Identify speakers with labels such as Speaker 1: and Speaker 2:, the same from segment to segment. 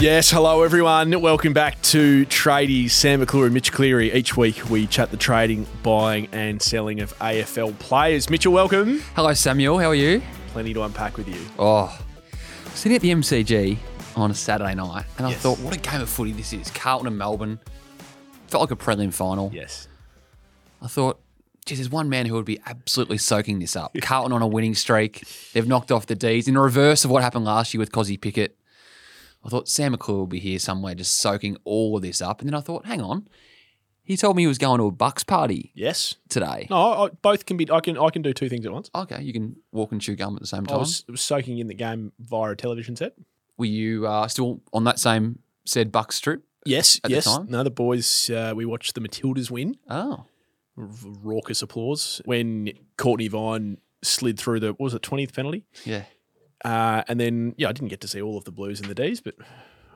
Speaker 1: Yes, hello everyone. Welcome back to Tradies. Sam McClure and Mitch Cleary. Each week we chat the trading, buying, and selling of AFL players. Mitchell, welcome.
Speaker 2: Hello, Samuel. How are you?
Speaker 1: Plenty to unpack with you.
Speaker 2: Oh, sitting at the MCG on a Saturday night, and I
Speaker 1: Yes.
Speaker 2: thought, what a game of footy this is. Carlton and Melbourne felt like a prelim final.
Speaker 1: Yes.
Speaker 2: I thought, geez, there's one man who would be absolutely soaking this up. Carlton on a winning streak. They've knocked off the D's in reverse of what happened last year with Cozzy Pickett. I thought Sam McClure will be here somewhere just soaking all of this up. And then I thought, hang on. He told me he was going to a Bucks party
Speaker 1: Yes.
Speaker 2: today.
Speaker 1: No, I, I- both can be. I can. I can do two things at once.
Speaker 2: Okay, you can walk and chew gum at the same
Speaker 1: I
Speaker 2: time.
Speaker 1: was, was soaking in the game via a television set.
Speaker 2: Were you uh, still on that same said Bucks trip?
Speaker 1: Yes.
Speaker 2: At the
Speaker 1: yes.
Speaker 2: time?
Speaker 1: No, the boys. Uh, we watched the Matildas win.
Speaker 2: Oh,
Speaker 1: R- raucous applause when Courtney Vine slid through the what was it twentieth penalty.
Speaker 2: yeah.
Speaker 1: Uh, and then, yeah, I didn't get to see all of the Blues and the D's, but I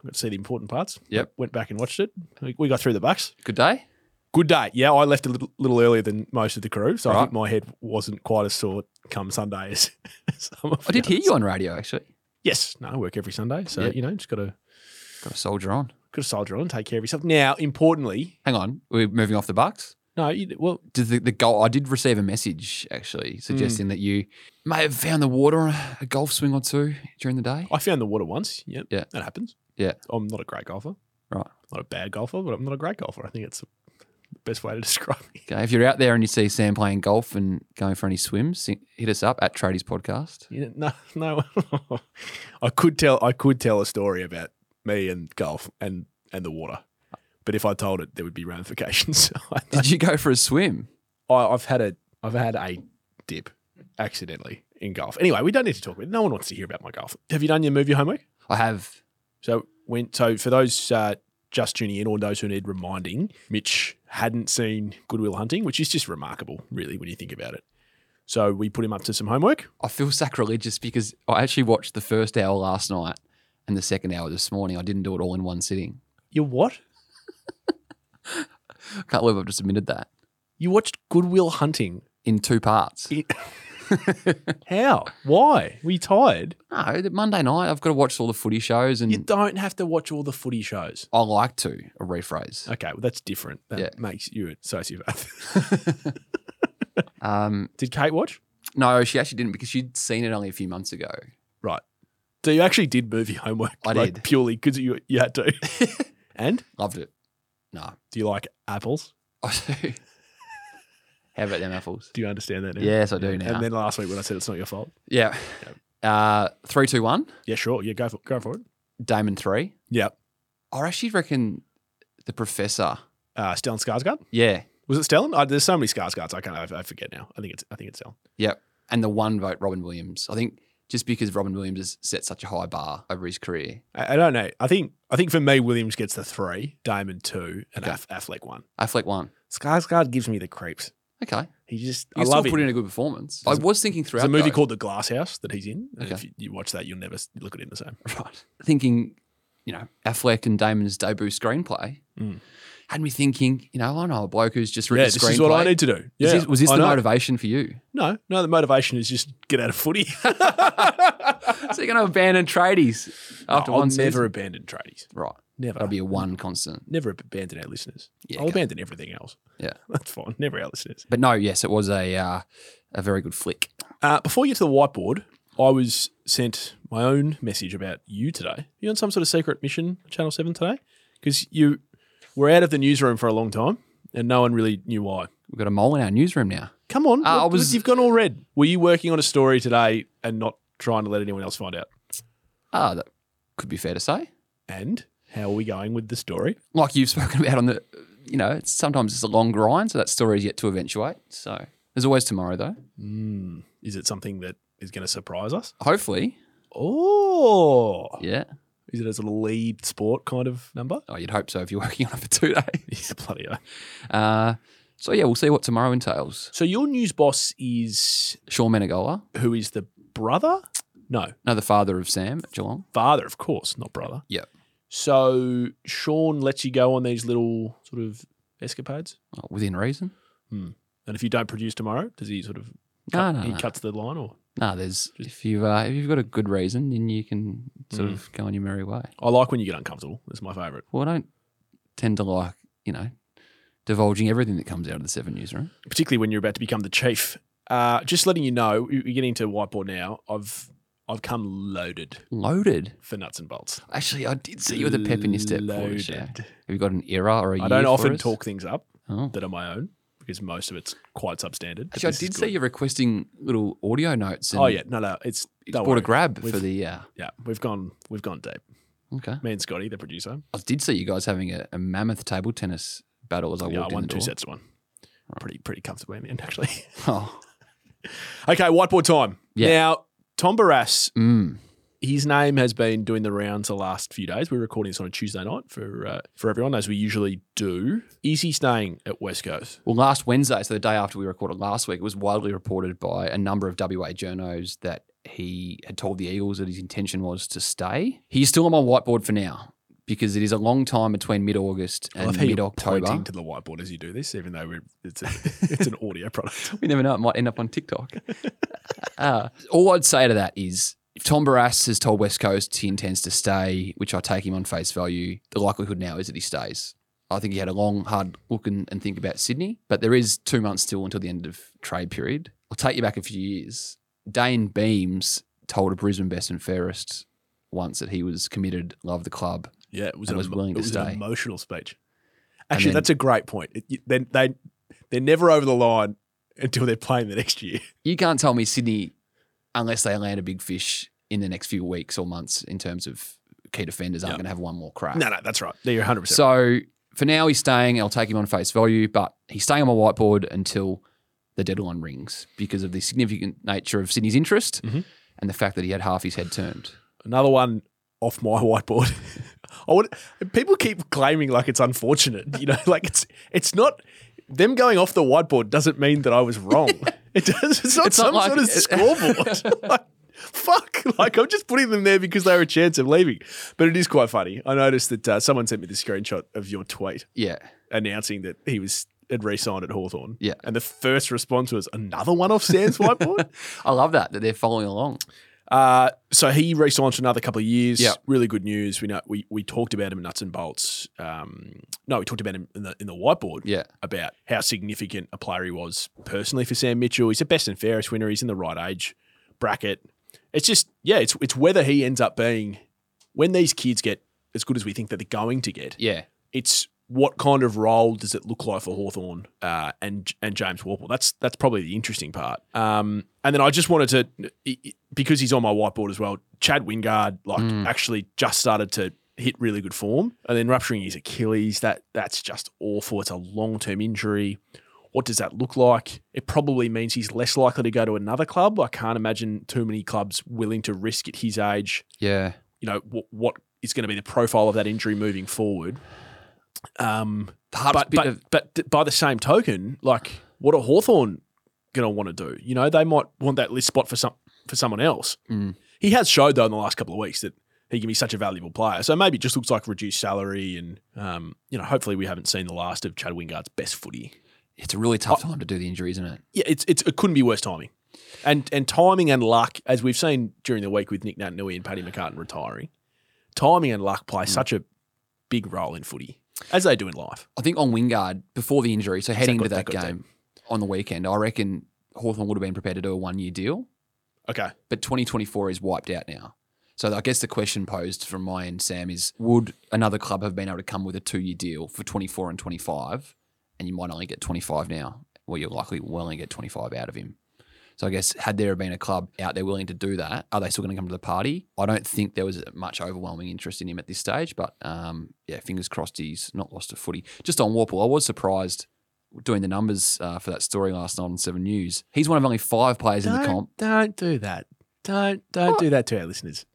Speaker 1: got to see the important parts.
Speaker 2: Yep.
Speaker 1: Went back and watched it. We, we got through the Bucks.
Speaker 2: Good day.
Speaker 1: Good day. Yeah, I left a little, little earlier than most of the crew, so I think
Speaker 2: Right.
Speaker 1: my head wasn't quite as sore come Sunday as some of
Speaker 2: I did
Speaker 1: the
Speaker 2: hear
Speaker 1: others.
Speaker 2: you on radio actually.
Speaker 1: Yes. No, I work every Sunday, so,
Speaker 2: Yep.
Speaker 1: you know, just got to
Speaker 2: Got a soldier on.
Speaker 1: got to soldier on, take care of yourself. Now, importantly,
Speaker 2: Hang on, we're moving off the Bucks.
Speaker 1: no, you, well,
Speaker 2: Did the, the goal? I did receive a message actually suggesting that you may have found the water on a, a golf swing or two during the day.
Speaker 1: I found the water once. Yep.
Speaker 2: Yeah.
Speaker 1: That happens.
Speaker 2: Yeah.
Speaker 1: I'm not a great golfer.
Speaker 2: Right.
Speaker 1: Not a bad golfer, but I'm not a great golfer. I think it's the best way to describe me.
Speaker 2: Okay, if you're out there and you see Sam playing golf and going for any swims, si- hit us up at Tradies Podcast.
Speaker 1: You know, no, no. I could tell. I could tell a story about me and golf and and the water, but if I told it, there would be ramifications.
Speaker 2: Did you go for a swim?
Speaker 1: I, I've had a I've had a dip accidentally in golf. Anyway, we don't need to talk about. it. No one wants to hear about my golf. Have you done your move your homework?
Speaker 2: I have.
Speaker 1: So when so for those uh, just tuning in or those who need reminding, Mitch hadn't seen Goodwill Hunting, which is just remarkable, really, when you think about it. So we put him up to some homework.
Speaker 2: I feel sacrilegious because I actually watched the first hour last night and the second hour this morning. I didn't do it all in one sitting.
Speaker 1: You what?
Speaker 2: I can't believe I've just admitted that
Speaker 1: You watched Goodwill Hunting
Speaker 2: in two parts.
Speaker 1: How? Why? Were you tired?
Speaker 2: No, the Monday night I've got to watch all the footy shows, and
Speaker 1: You don't have to watch all the footy shows.
Speaker 2: I like to a rephrase.
Speaker 1: Okay, well, that's different. That
Speaker 2: Yeah.
Speaker 1: makes you a sociopath.
Speaker 2: Um,
Speaker 1: Did Kate watch?
Speaker 2: no, she actually didn't because she'd seen it only a few months ago.
Speaker 1: Right. So you actually did movie homework.
Speaker 2: I
Speaker 1: like,
Speaker 2: did.
Speaker 1: Purely because you, you had to. and
Speaker 2: Loved it. No,
Speaker 1: do you like apples?
Speaker 2: how about them apples?
Speaker 1: Do you understand that now?
Speaker 2: Yes, I do now.
Speaker 1: And then last week when I said it's not your fault.
Speaker 2: Yeah, uh, three, two, one.
Speaker 1: Yeah, sure. Yeah, go for, go for it.
Speaker 2: Damon three.
Speaker 1: Yeah.
Speaker 2: I actually reckon the professor.
Speaker 1: Uh, Stellan Skarsgård?
Speaker 2: Yeah,
Speaker 1: Was it Stellan? Uh, there's so many Skarsgårds. I can't. I, I forget now. I think it's. I think it's Stellan.
Speaker 2: Yep. And the one vote, Robin Williams. I think just because Robin Williams has set such a high bar over his career.
Speaker 1: I, I don't know. I think. I think for me, Williams gets the three, Damon two, and
Speaker 2: Okay.
Speaker 1: Aff- Affleck one.
Speaker 2: Affleck won.
Speaker 1: Skarsgård gives me the creeps.
Speaker 2: Okay.
Speaker 1: He just,
Speaker 2: You
Speaker 1: I love
Speaker 2: still
Speaker 1: him.
Speaker 2: put in a good performance. I
Speaker 1: There's a-
Speaker 2: was thinking throughout.
Speaker 1: There's a movie
Speaker 2: though-
Speaker 1: called The Glass House that he's in. And
Speaker 2: Okay.
Speaker 1: If you, you watch that, you'll never s- look at him the same.
Speaker 2: Right. Thinking, you know, Affleck and Damon's debut screenplay
Speaker 1: Mm.
Speaker 2: had me thinking, you know, I know a bloke who's just written
Speaker 1: yeah,
Speaker 2: a screenplay.
Speaker 1: this is what I need to do. Yeah,
Speaker 2: Is this- was this
Speaker 1: I
Speaker 2: the
Speaker 1: know.
Speaker 2: motivation for you?
Speaker 1: No, no, the motivation is just get out of footy.
Speaker 2: So you're going to abandon tradies after
Speaker 1: I'll
Speaker 2: one
Speaker 1: never
Speaker 2: season?
Speaker 1: abandon tradies.
Speaker 2: Right.
Speaker 1: Never.
Speaker 2: That'll be a one constant.
Speaker 1: never abandon our listeners.
Speaker 2: Yeah,
Speaker 1: I'll
Speaker 2: okay.
Speaker 1: abandon everything else.
Speaker 2: Yeah.
Speaker 1: That's fine. Never our listeners.
Speaker 2: But no, yes, it was a uh, a very good flick.
Speaker 1: Uh, before you get to the whiteboard, I was sent my own message about you today. You on some sort of secret mission, Channel 7 today? Because you were out of the newsroom for a long time and no one really knew why.
Speaker 2: We've got a mole in our newsroom now.
Speaker 1: Come on.
Speaker 2: Uh,
Speaker 1: what-
Speaker 2: I was-
Speaker 1: you've gone all red. Were you working on a story today and not trying to let anyone else find out?
Speaker 2: Ah, that could be fair to say.
Speaker 1: And how are we going with the story?
Speaker 2: like you've spoken about on the, you know, it's, sometimes it's a long grind, so that story is yet to eventuate. So there's always tomorrow, though.
Speaker 1: Mm, is it something that is going to surprise us?
Speaker 2: Hopefully,
Speaker 1: Oh.
Speaker 2: yeah.
Speaker 1: Is it as a lead sport kind of number?
Speaker 2: Oh, you'd hope so if you're working on it for two days.
Speaker 1: Yeah, bloody hell.
Speaker 2: Uh, so yeah, we'll see what tomorrow entails.
Speaker 1: So your news boss is
Speaker 2: Sean Menegola,
Speaker 1: who is the brother? No,
Speaker 2: no, the father of Sam at Geelong.
Speaker 1: father, of course, not brother.
Speaker 2: Yep.
Speaker 1: So Sean lets you go on these little sort of escapades,
Speaker 2: Oh, within reason.
Speaker 1: and if you don't produce tomorrow, does he sort of
Speaker 2: No,
Speaker 1: cut,
Speaker 2: no,
Speaker 1: he
Speaker 2: no.
Speaker 1: cuts the line or
Speaker 2: No, there's if you uh, if you've got a good reason, then you can sort of go on your merry way.
Speaker 1: I like when you get uncomfortable. That's my favourite.
Speaker 2: Well, I don't tend to like you know divulging everything that comes out of the Seven newsroom.
Speaker 1: particularly when you're about to become the chief. Uh, just letting you know, you're getting into whiteboard now. I've I've come loaded
Speaker 2: Loaded.
Speaker 1: for nuts and bolts.
Speaker 2: Actually, I did see you with a pep in your step. for the show. Have
Speaker 1: Loaded.
Speaker 2: you got an era or a
Speaker 1: I
Speaker 2: year
Speaker 1: don't
Speaker 2: for
Speaker 1: often
Speaker 2: us?
Speaker 1: talk things up
Speaker 2: Oh.
Speaker 1: that are my own because most of it's quite substandard. but
Speaker 2: Actually, I
Speaker 1: this is
Speaker 2: did see
Speaker 1: good.
Speaker 2: you requesting little audio notes. And
Speaker 1: Oh yeah, no, no, it's
Speaker 2: it's
Speaker 1: don't
Speaker 2: bought
Speaker 1: worry.
Speaker 2: a grab
Speaker 1: We've-
Speaker 2: for the. Uh,
Speaker 1: Yeah, we've gone we've gone deep.
Speaker 2: okay.
Speaker 1: Me and Scotty, the producer,
Speaker 2: I did see you guys having a, a mammoth table tennis battle as I
Speaker 1: yeah, I
Speaker 2: walked
Speaker 1: won
Speaker 2: in the
Speaker 1: two
Speaker 2: door.
Speaker 1: sets to one. Pretty pretty comfortably in the end, actually.
Speaker 2: Oh,
Speaker 1: okay, whiteboard time.
Speaker 2: Yeah.
Speaker 1: Now, Tom Barras
Speaker 2: mm.
Speaker 1: his name has been doing the rounds the last few days. We're recording this on a Tuesday night for uh, for everyone, as we usually do. Is he staying at West Coast?
Speaker 2: Well, last Wednesday, so the day after we recorded last week, it was widely reported by a number of WA journos that he had told the Eagles that his intention was to stay. He's still on my whiteboard for now because it is a long time between mid August
Speaker 1: I love
Speaker 2: and
Speaker 1: how
Speaker 2: mid
Speaker 1: you're
Speaker 2: October.
Speaker 1: pointing to the whiteboard as you do this, even though we're, it's a, it's an audio product.
Speaker 2: We never know; it might end up on TikTok. uh, all I'd say to that is. If Tom Barras has told West Coast he intends to stay, which I take him on face value, the likelihood now is that he stays. I think he had a long, hard look and, and think about Sydney, but there is two months still until the end of trade period. I'll take you back a few years. Dane Beams told a Brisbane Best and Fairest once that he was committed, loved the club.
Speaker 1: Yeah, it was,
Speaker 2: And
Speaker 1: an,
Speaker 2: was
Speaker 1: emo-
Speaker 2: willing
Speaker 1: it
Speaker 2: to
Speaker 1: was an
Speaker 2: stay.
Speaker 1: emotional speech. Actually,
Speaker 2: then-
Speaker 1: that's a great point. It, you- they, they they're never over the line until they're playing the next year.
Speaker 2: You can't tell me Sydney unless they land a big fish in the next few weeks or months in terms of key defenders aren't
Speaker 1: Yeah.
Speaker 2: going to have one more crack.
Speaker 1: No, no, that's right. They're 100. percent
Speaker 2: So for now, he's staying. I'll take him on face value, but he's staying on my whiteboard until the deadline rings because of the significant nature of Sydney's interest
Speaker 1: Mhm.
Speaker 2: and the fact that he had half his head turned.
Speaker 1: Another one off my whiteboard. I would, people keep claiming like it's unfortunate, you know, like it's it's not them going off the whiteboard doesn't mean that I was wrong. It does. It's not
Speaker 2: It's not
Speaker 1: some
Speaker 2: like-
Speaker 1: sort of scoreboard. like, fuck! Like I'm just putting them there because they were a chance of leaving. But it is quite funny. I noticed that uh, someone sent me the screenshot of your tweet
Speaker 2: Yeah.
Speaker 1: announcing that he was had re-signed at Hawthorn.
Speaker 2: Yeah.
Speaker 1: and the first response was another one off Sam's whiteboard.
Speaker 2: I love that, that they're following along.
Speaker 1: Uh, so he re-signed for another couple of years.
Speaker 2: Yeah.
Speaker 1: really good news. We know we, we talked about him in nuts and bolts. Um, no, we talked about him in the in the whiteboard
Speaker 2: Yeah.
Speaker 1: about how significant a player he was personally for Sam Mitchell. He's a best and fairest winner. He's in the right age bracket. It's just yeah, it's it's whether he ends up being when these kids get as good as we think that they're going to get.
Speaker 2: Yeah.
Speaker 1: It's what kind of role does it look like for Hawthorn uh, and and James Warple? That's that's probably the interesting part. Um, and then I just wanted to because he's on my whiteboard as well. Chad Wingard like
Speaker 2: Mm.
Speaker 1: actually just started to hit really good form, and then rupturing his Achilles. That that's just awful. It's a long term injury. What does that look like? It probably means he's less likely to go to another club. I can't imagine too many clubs willing to risk at his age
Speaker 2: Yeah.
Speaker 1: you know what what is going to be the profile of that injury moving forward. Um,
Speaker 2: The hardest
Speaker 1: but
Speaker 2: bit
Speaker 1: but,
Speaker 2: of
Speaker 1: but th- by the same token, like what are Hawthorn going to want to do? You know, they might want that list spot for some for someone else.
Speaker 2: Mm.
Speaker 1: He has showed though in the last couple of weeks that he can be such a valuable player. So maybe it just looks like reduced salary, and um, you know, hopefully we haven't seen the last of Chad Wingard's best footy.
Speaker 2: it's a really tough time to do the injury, isn't it?
Speaker 1: Yeah, it's it's it couldn't be worse timing. And and timing and luck, as we've seen during the week with Nick Nantnui and Paddy McCartan retiring, timing and luck
Speaker 2: Mm.
Speaker 1: play such a big role in footy, as they do in life.
Speaker 2: I think on Wingard before the injury, so heading
Speaker 1: good-
Speaker 2: into that
Speaker 1: that good
Speaker 2: game on the weekend, I reckon Hawthorn would have been prepared to do a one year deal.
Speaker 1: Okay.
Speaker 2: but 2024 is wiped out now. So I guess the question posed from my end, Sam, is would another club have been able to come with a two-year deal for 24 and 25, and you might only get 25 now, or you're likely will only get 25 out of him. So I guess had there been a club out there willing to do that, are they still going to come to the party? I don't think there was much overwhelming interest in him at this stage, but um, yeah, fingers crossed he's not lost to footy. Just on Warple, I was surprised doing the numbers uh, for that story last night on Seven News. He's one of only five players in the comp.
Speaker 1: don't do that. Don't don't do that to our listeners.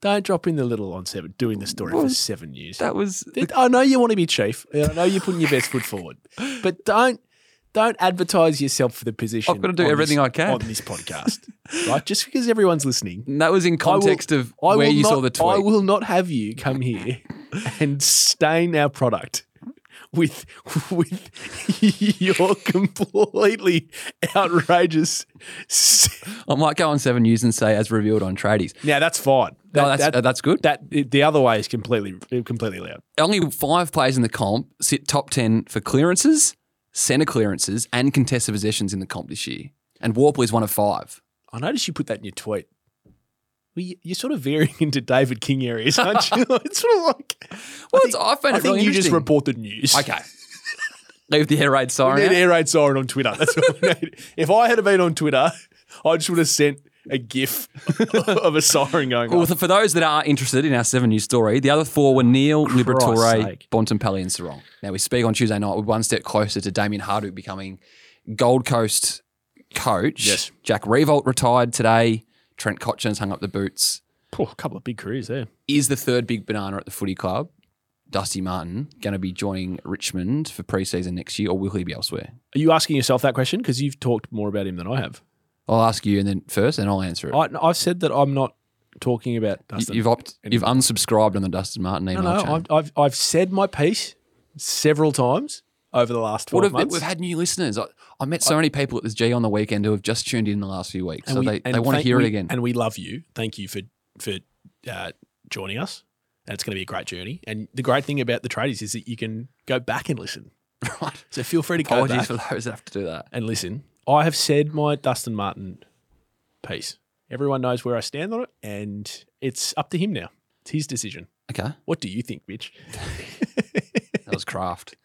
Speaker 1: Don't drop in the little on seven doing the story for seven years.
Speaker 2: That was
Speaker 1: I know you want to be chief. and I know you're putting your best foot forward, but don't don't advertise yourself for the position.
Speaker 2: I've got to do
Speaker 1: on
Speaker 2: everything
Speaker 1: this-
Speaker 2: I can.
Speaker 1: on this podcast, right? Just because everyone's listening
Speaker 2: And that was in
Speaker 1: will-
Speaker 2: context of
Speaker 1: I
Speaker 2: where
Speaker 1: will
Speaker 2: you
Speaker 1: not,
Speaker 2: saw the tweet.
Speaker 1: I will not have you come here and stain our product with with your completely outrageous. s-
Speaker 2: I might go on Seven News and say, as revealed on Tradies.
Speaker 1: Now that's fine. That,
Speaker 2: No, that's
Speaker 1: that,
Speaker 2: uh, that's good.
Speaker 1: that- the other way is completely completely loud.
Speaker 2: Only five players in the comp sit top ten for clearances, centre clearances, and contested possessions in the comp this year. And Warple is one of five.
Speaker 1: I noticed you put that in your tweet. Well, you- you're sort of veering into David King areas, aren't you? it's sort of like
Speaker 2: Well,
Speaker 1: I
Speaker 2: it's, I found
Speaker 1: I
Speaker 2: it
Speaker 1: think
Speaker 2: really
Speaker 1: you just
Speaker 2: interesting.
Speaker 1: report the news.
Speaker 2: okay. Leave the air raid
Speaker 1: We
Speaker 2: siren.
Speaker 1: need
Speaker 2: out.
Speaker 1: air raid siren on Twitter. That's what we need. If I had been on Twitter, I just would have sent a GIF of a siren going
Speaker 2: Well,
Speaker 1: off.
Speaker 2: for for those that are interested in our seven news story, the other four were Neil, Liberatore,
Speaker 1: sake.
Speaker 2: Bontempelli, and Sarong. Now, we speak on Tuesday night. We're one step closer to Damien Hardwick becoming Gold Coast coach.
Speaker 1: Yes.
Speaker 2: Jack Revolt retired today. Trent Cotchin's hung up the boots.
Speaker 1: Poor, oh, a couple of big careers there.
Speaker 2: Is the third big banana at the footy club, Dusty Martin, going to be joining Richmond for preseason next year, or will he be elsewhere?
Speaker 1: Are you asking yourself that question? Because you've talked more about him than I have.
Speaker 2: I'll ask you and then first, and I'll answer it.
Speaker 1: I, I've said that I'm not talking about
Speaker 2: You-
Speaker 1: Dustin.
Speaker 2: You've opt, you've unsubscribed on the Dustin Martin
Speaker 1: no,
Speaker 2: email
Speaker 1: no,
Speaker 2: channel.
Speaker 1: I've, I've, I've said my piece several times over the last 12
Speaker 2: What have
Speaker 1: months.
Speaker 2: we've had new listeners. I, I met so many people at this G on the weekend who have just tuned in the last few weeks,
Speaker 1: And
Speaker 2: so
Speaker 1: we-
Speaker 2: they,
Speaker 1: and
Speaker 2: they want to
Speaker 1: thank-
Speaker 2: hear
Speaker 1: we-
Speaker 2: it again.
Speaker 1: And we love you. Thank you for for uh, joining us. And it's going to be a great journey. And the great thing about the tradies is that you can go back and listen.
Speaker 2: right?
Speaker 1: So feel free to go
Speaker 2: Apologies
Speaker 1: back
Speaker 2: for those that have to do that.
Speaker 1: and listen. I have said my Dustin Martin piece. Everyone knows where I stand on it, and it's up to him now. It's his decision.
Speaker 2: Okay,
Speaker 1: What do you think, bitch?
Speaker 2: that was craft.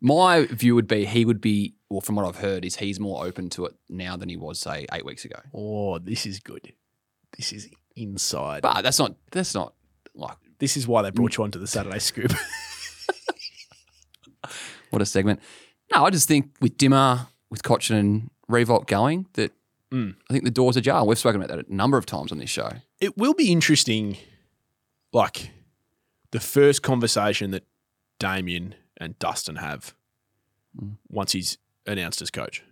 Speaker 2: My view would be he would be, well, from what I've heard, is he's more open to it now than he was say eight weeks ago.
Speaker 1: Oh, this is good. This is inside.
Speaker 2: But that's not that's not like
Speaker 1: this is why they brought you onto the Saturday scoop.
Speaker 2: what a segment. No, I just think with Dimmer, with Cochin and Revolt going, that
Speaker 1: Mm.
Speaker 2: I think the doors ajar. We've spoken about that a number of times on this show.
Speaker 1: it will be interesting, like the first conversation that Damien and Dustin have
Speaker 2: Mm.
Speaker 1: once he's announced as coach.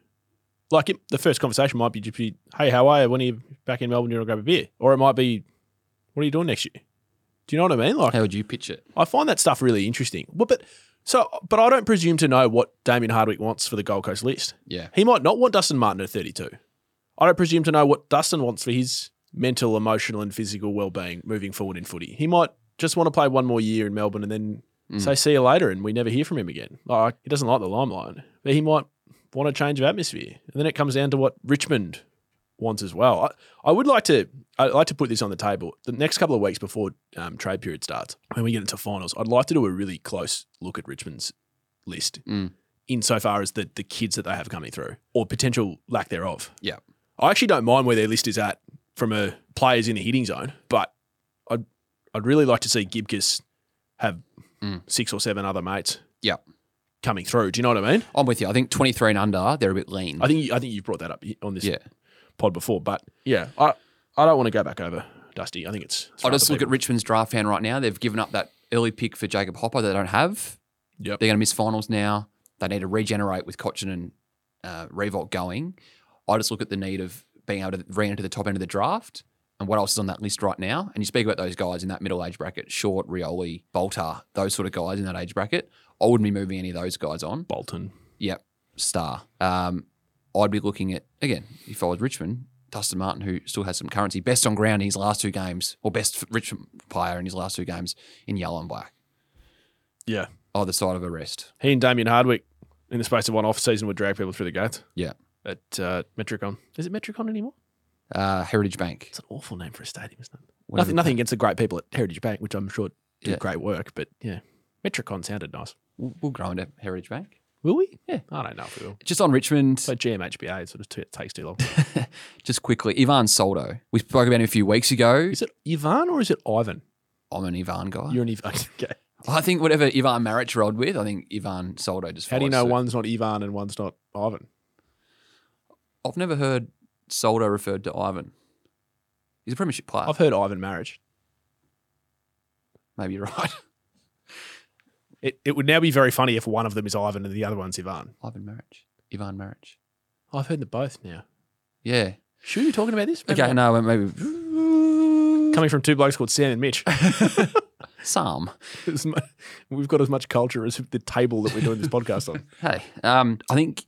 Speaker 1: Like it, the first conversation might be just be, "Hey, how are you? When are you back in Melbourne? You want to grab a beer?" Or it might be, "What are you doing next year?" Do you know what I mean? Like
Speaker 2: How would you pitch it?
Speaker 1: I find that stuff really interesting. Well, but so, but I don't presume to know what Damien Hardwick wants for the Gold Coast list.
Speaker 2: Yeah.
Speaker 1: He might not want Dustin Martin at 32. I don't presume to know what Dustin wants for his mental, emotional, and physical well-being moving forward in footy. He might just want to play one more year in Melbourne and then
Speaker 2: Mm.
Speaker 1: say see you later, and we never hear from him again. Like he doesn't like the limelight, but he might want a change of atmosphere. And then it comes down to what Richmond wants as well. I, I would like to I'd like to put this on the table. The next couple of weeks before um, trade period starts, when we get into finals, I'd like to do a really close look at Richmond's list
Speaker 2: Mm.
Speaker 1: insofar as the, the kids that they have coming through or potential lack thereof.
Speaker 2: Yeah.
Speaker 1: I actually don't mind where their list is at from a players in the hitting zone, but I'd I'd really like to see Gibkiss have
Speaker 2: Mm.
Speaker 1: six or seven other mates.
Speaker 2: Yeah.
Speaker 1: Coming through. Do you know what I mean?
Speaker 2: I'm with you. I think 23 and under, they're a bit lean.
Speaker 1: I think you, I think you brought that up on this
Speaker 2: Mm. yeah.
Speaker 1: pod before, but yeah, I I don't want to go back over Dusty. I think it's. it's
Speaker 2: I just look at Richmond's draft hand right now. They've given up that early pick for Jacob Hopper that they don't have.
Speaker 1: Yep.
Speaker 2: They're going to miss finals now. They need to regenerate with Cochin and uh, Revolt going. I just look at the need of being able to re-enter the top end of the draft and what else is on that list right now. And you speak about those guys in that middle age bracket, Short, Rioli, Bolter, those sort of guys in that age bracket. I wouldn't be moving any of those guys on.
Speaker 1: Bolton.
Speaker 2: Yep, star. Um, I'd be looking at again if I was Richmond, Dustin Martin, who still has some currency, best on ground in his last two games, or best Richmond player in his last two games in yellow and black,
Speaker 1: Yeah,
Speaker 2: either side of arrest.
Speaker 1: he and Damien Hardwick in the space of one off season would drag people through the gates.
Speaker 2: Yeah.
Speaker 1: At uh, Metricon. Is it Metricon anymore?
Speaker 2: Uh, Heritage Bank.
Speaker 1: It's an awful name for a stadium, isn't it?
Speaker 2: whatever.
Speaker 1: Nothing, nothing against the great people at Heritage Bank, which I'm sure do
Speaker 2: Yeah.
Speaker 1: great work, but yeah, Metricon sounded nice.
Speaker 2: We'll, we'll grow into Heritage Bank.
Speaker 1: Will we?
Speaker 2: Yeah.
Speaker 1: I don't know if we will.
Speaker 2: Just on Richmond,
Speaker 1: But GMHBA it sort of t- takes too long.
Speaker 2: just quickly, Ivan Soldo. We spoke about him a few weeks ago.
Speaker 1: is it Ivan or is it Ivan?
Speaker 2: I'm an Ivan guy.
Speaker 1: You're an Ivan. Okay.
Speaker 2: I think whatever Ivan Maric rolled with, I think Ivan Soldo just.
Speaker 1: How do you know
Speaker 2: follows suit.
Speaker 1: one's not Ivan and one's not Ivan?
Speaker 2: I've never heard Soldo referred to Ivan. He's a premiership player.
Speaker 1: I've heard Ivan marriage.
Speaker 2: Maybe you're right.
Speaker 1: It, it would now be very funny if one of them is Ivan and the other one's Ivan.
Speaker 2: Ivan Maric. Ivan Maric.
Speaker 1: I've heard them both now.
Speaker 2: Yeah.
Speaker 1: Sure, you're talking about this?
Speaker 2: Okay, no, well, maybe.
Speaker 1: Coming from two blokes called Sam and Mitch.
Speaker 2: Psalm.
Speaker 1: As mu- We've got as much culture as the table that we're doing this podcast on.
Speaker 2: Hey, um, I think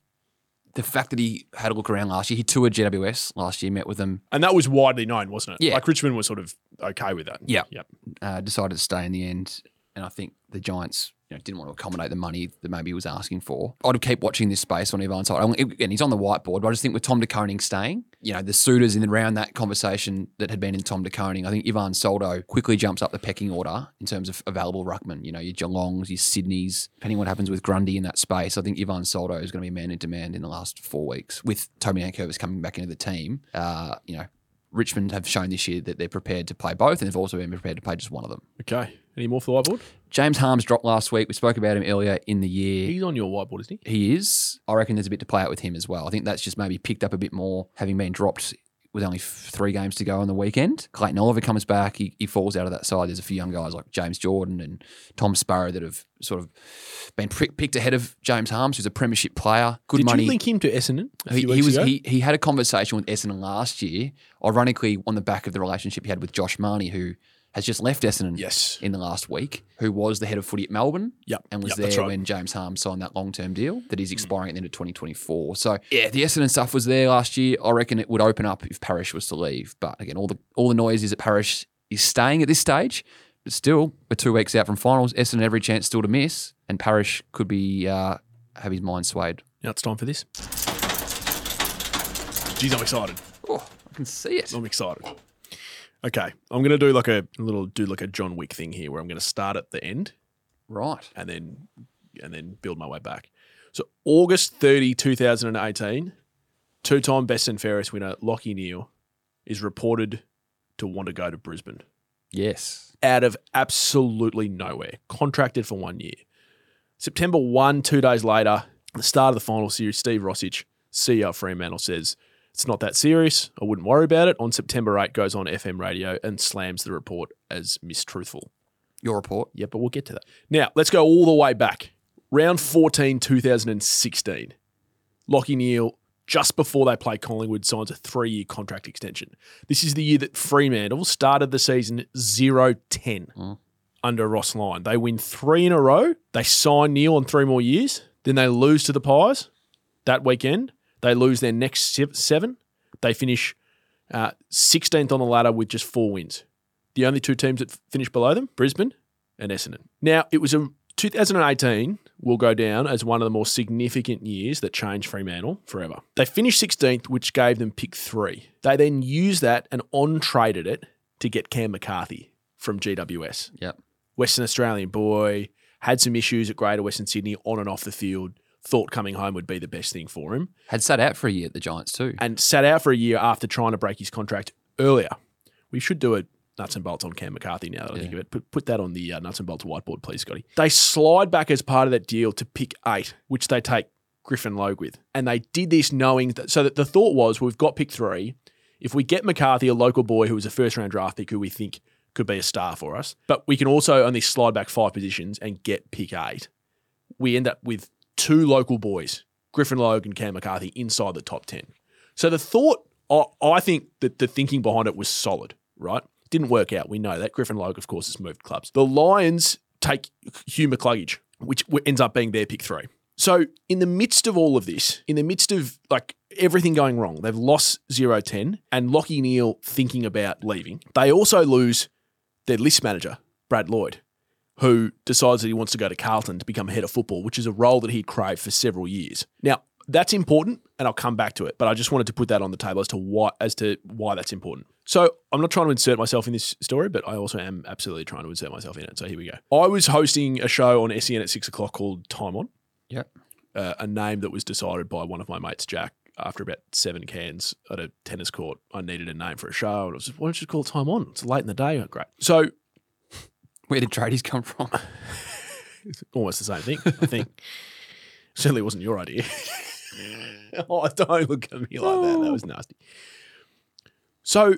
Speaker 2: the fact that he had a look around last year, he toured GWS last year, met with them,
Speaker 1: And that was widely known, wasn't it?
Speaker 2: Yeah.
Speaker 1: Like Richmond was sort of okay with that.
Speaker 2: Yeah.
Speaker 1: Yep.
Speaker 2: uh, decided to stay in the end. And I think the Giants you know, didn't want to accommodate the money that maybe he was asking for. I'd keep watching this space on Ivan side. And he's on the whiteboard, but I just think with Tom DeConing staying, you know, the suitors in around that conversation that had been in Tom DeConing, I think Ivan Soldo quickly jumps up the pecking order in terms of available ruckman. You know, your Geelongs, your Sydneys, depending what happens with Grundy in that space. I think Ivan Soldo is going to be man in demand in the last four weeks with Tommy Ankervis coming back into the team. Uh, you know, Richmond have shown this year that they're prepared to play both, and they've also been prepared to play just one of them.
Speaker 1: Okay. Any more for the whiteboard?
Speaker 2: James Harms dropped last week. We spoke about him earlier in the year.
Speaker 1: He's on your whiteboard, isn't he?
Speaker 2: He is. I reckon there's a bit to play out with him as well. I think that's just maybe picked up a bit more, having been dropped with only f- three games to go on the weekend. Clayton Oliver comes back. He, he falls out of that side. There's a few young guys like James Jordan and Tom Sparrow that have sort of been prick, picked ahead of James Harms, who's a premiership player. Good
Speaker 1: Did
Speaker 2: money.
Speaker 1: you link him to Essendon? A
Speaker 2: He,
Speaker 1: few
Speaker 2: he
Speaker 1: weeks
Speaker 2: was
Speaker 1: ago?
Speaker 2: he, he had a conversation with Essendon last year, ironically on the back of the relationship he had with Josh Marnie, who has just left Essendon
Speaker 1: Yes.
Speaker 2: in the last week, who was the head of footy at Melbourne
Speaker 1: Yep.
Speaker 2: and was
Speaker 1: Yep, that's
Speaker 2: there
Speaker 1: right.
Speaker 2: when James Harms signed that long term deal that is expiring at the end of 2024. So yeah, the Essendon stuff was there last year. I reckon it would open up if Parish was to leave. But again, all the all the noise is that Parish is staying at this stage. But still, we're two weeks out from finals. Essendon every chance still to miss, and Parish could be uh, have his mind swayed.
Speaker 1: Now it's time for this. Geez, I'm excited.
Speaker 2: Oh, I can see it.
Speaker 1: I'm excited. Okay. I'm going to do like a little, do like a John Wick thing here where I'm going to start at the end
Speaker 2: Right.
Speaker 1: and then, and then build my way back. So August 30, 2018, two-time best and fairest winner Lockie Neal is reported to want to go to Brisbane.
Speaker 2: Yes.
Speaker 1: out of absolutely nowhere, contracted for one year. September 1, two days later, the start of the final series, Steve Rossich, CEO of Fremantle, says, It's not that serious. I wouldn't worry about it. On September 8, goes on FM radio and slams the report as mistruthful.
Speaker 2: Your report.
Speaker 1: Yeah, but we'll get to that. Now, let's go all the way back. Round 14, 2016. Lockie Neal, just before they play Collingwood, signs a three year contract extension. This is the year that Fremantle started the season 0 10
Speaker 2: Mm.
Speaker 1: under Ross Lyon. They win three in a row. They sign Neal on three more years. Then they lose to the Pies that weekend. They lose their next sev- seven. They finish uh, 16th on the ladder with just four wins. The only two teams that f- finished below them, Brisbane and Essendon. Now, it was a 2018 will go down as one of the more significant years that changed Fremantle forever. They finished 16th, which gave them pick three. They then used that and on traded it to get Cam McCarthy from GWS.
Speaker 2: Yep.
Speaker 1: Western Australian boy, had some issues at Greater Western Sydney on and off the field, thought coming home would be the best thing for him
Speaker 2: Had sat out for a year at the Giants too.
Speaker 1: and sat out for a year after trying to break his contract earlier. We should do a nuts and bolts on Cam McCarthy now that I think of it. Put, put that on the uh, nuts and bolts whiteboard, please, Scotty. They slide back as part of that deal to pick eight, which they take Griffin Logue with. And they did this knowing that, so that the thought was we've got pick three. If we get McCarthy, a local boy who was a first round draft pick who we think could be a star for us, but we can also only slide back five positions and get pick eight. We end up with two local boys, Griffin Logue and Cam McCarthy, inside the top 10. So the thought, I, I think that the thinking behind it was solid, right? Didn't work out. We know that. Griffin Logue, of course, has moved clubs. The Lions take Hugh McCluggage, which w- ends up being their pick three. So in the midst of all of this, in the midst of like everything going wrong, they've lost 0-10 and Lockie Neal thinking about leaving. They also lose their list manager, Brad Lloyd, who decides that he wants to go to Carlton to become head of football, which is a role that he craved for several years. Now, that's important, and I'll come back to it, but I just wanted to put that on the table as to why as to why that's important. So I'm not trying to insert myself in this story, but I also am absolutely trying to insert myself in it. So here we go. I was hosting a show on SEN at six o'clock called Time On
Speaker 2: Yep.
Speaker 1: uh, a name that was decided by one of my mates, Jack. After about seven cans at a tennis court, I needed a name for a show, and I was just, why don't you call Time On? It's late in the day. Oh, great. So
Speaker 2: Where did tradies come from?
Speaker 1: almost the same thing, I think. Certainly wasn't your idea.
Speaker 2: Mm.
Speaker 1: oh, don't look at me like that.
Speaker 2: Oh.
Speaker 1: That was nasty. So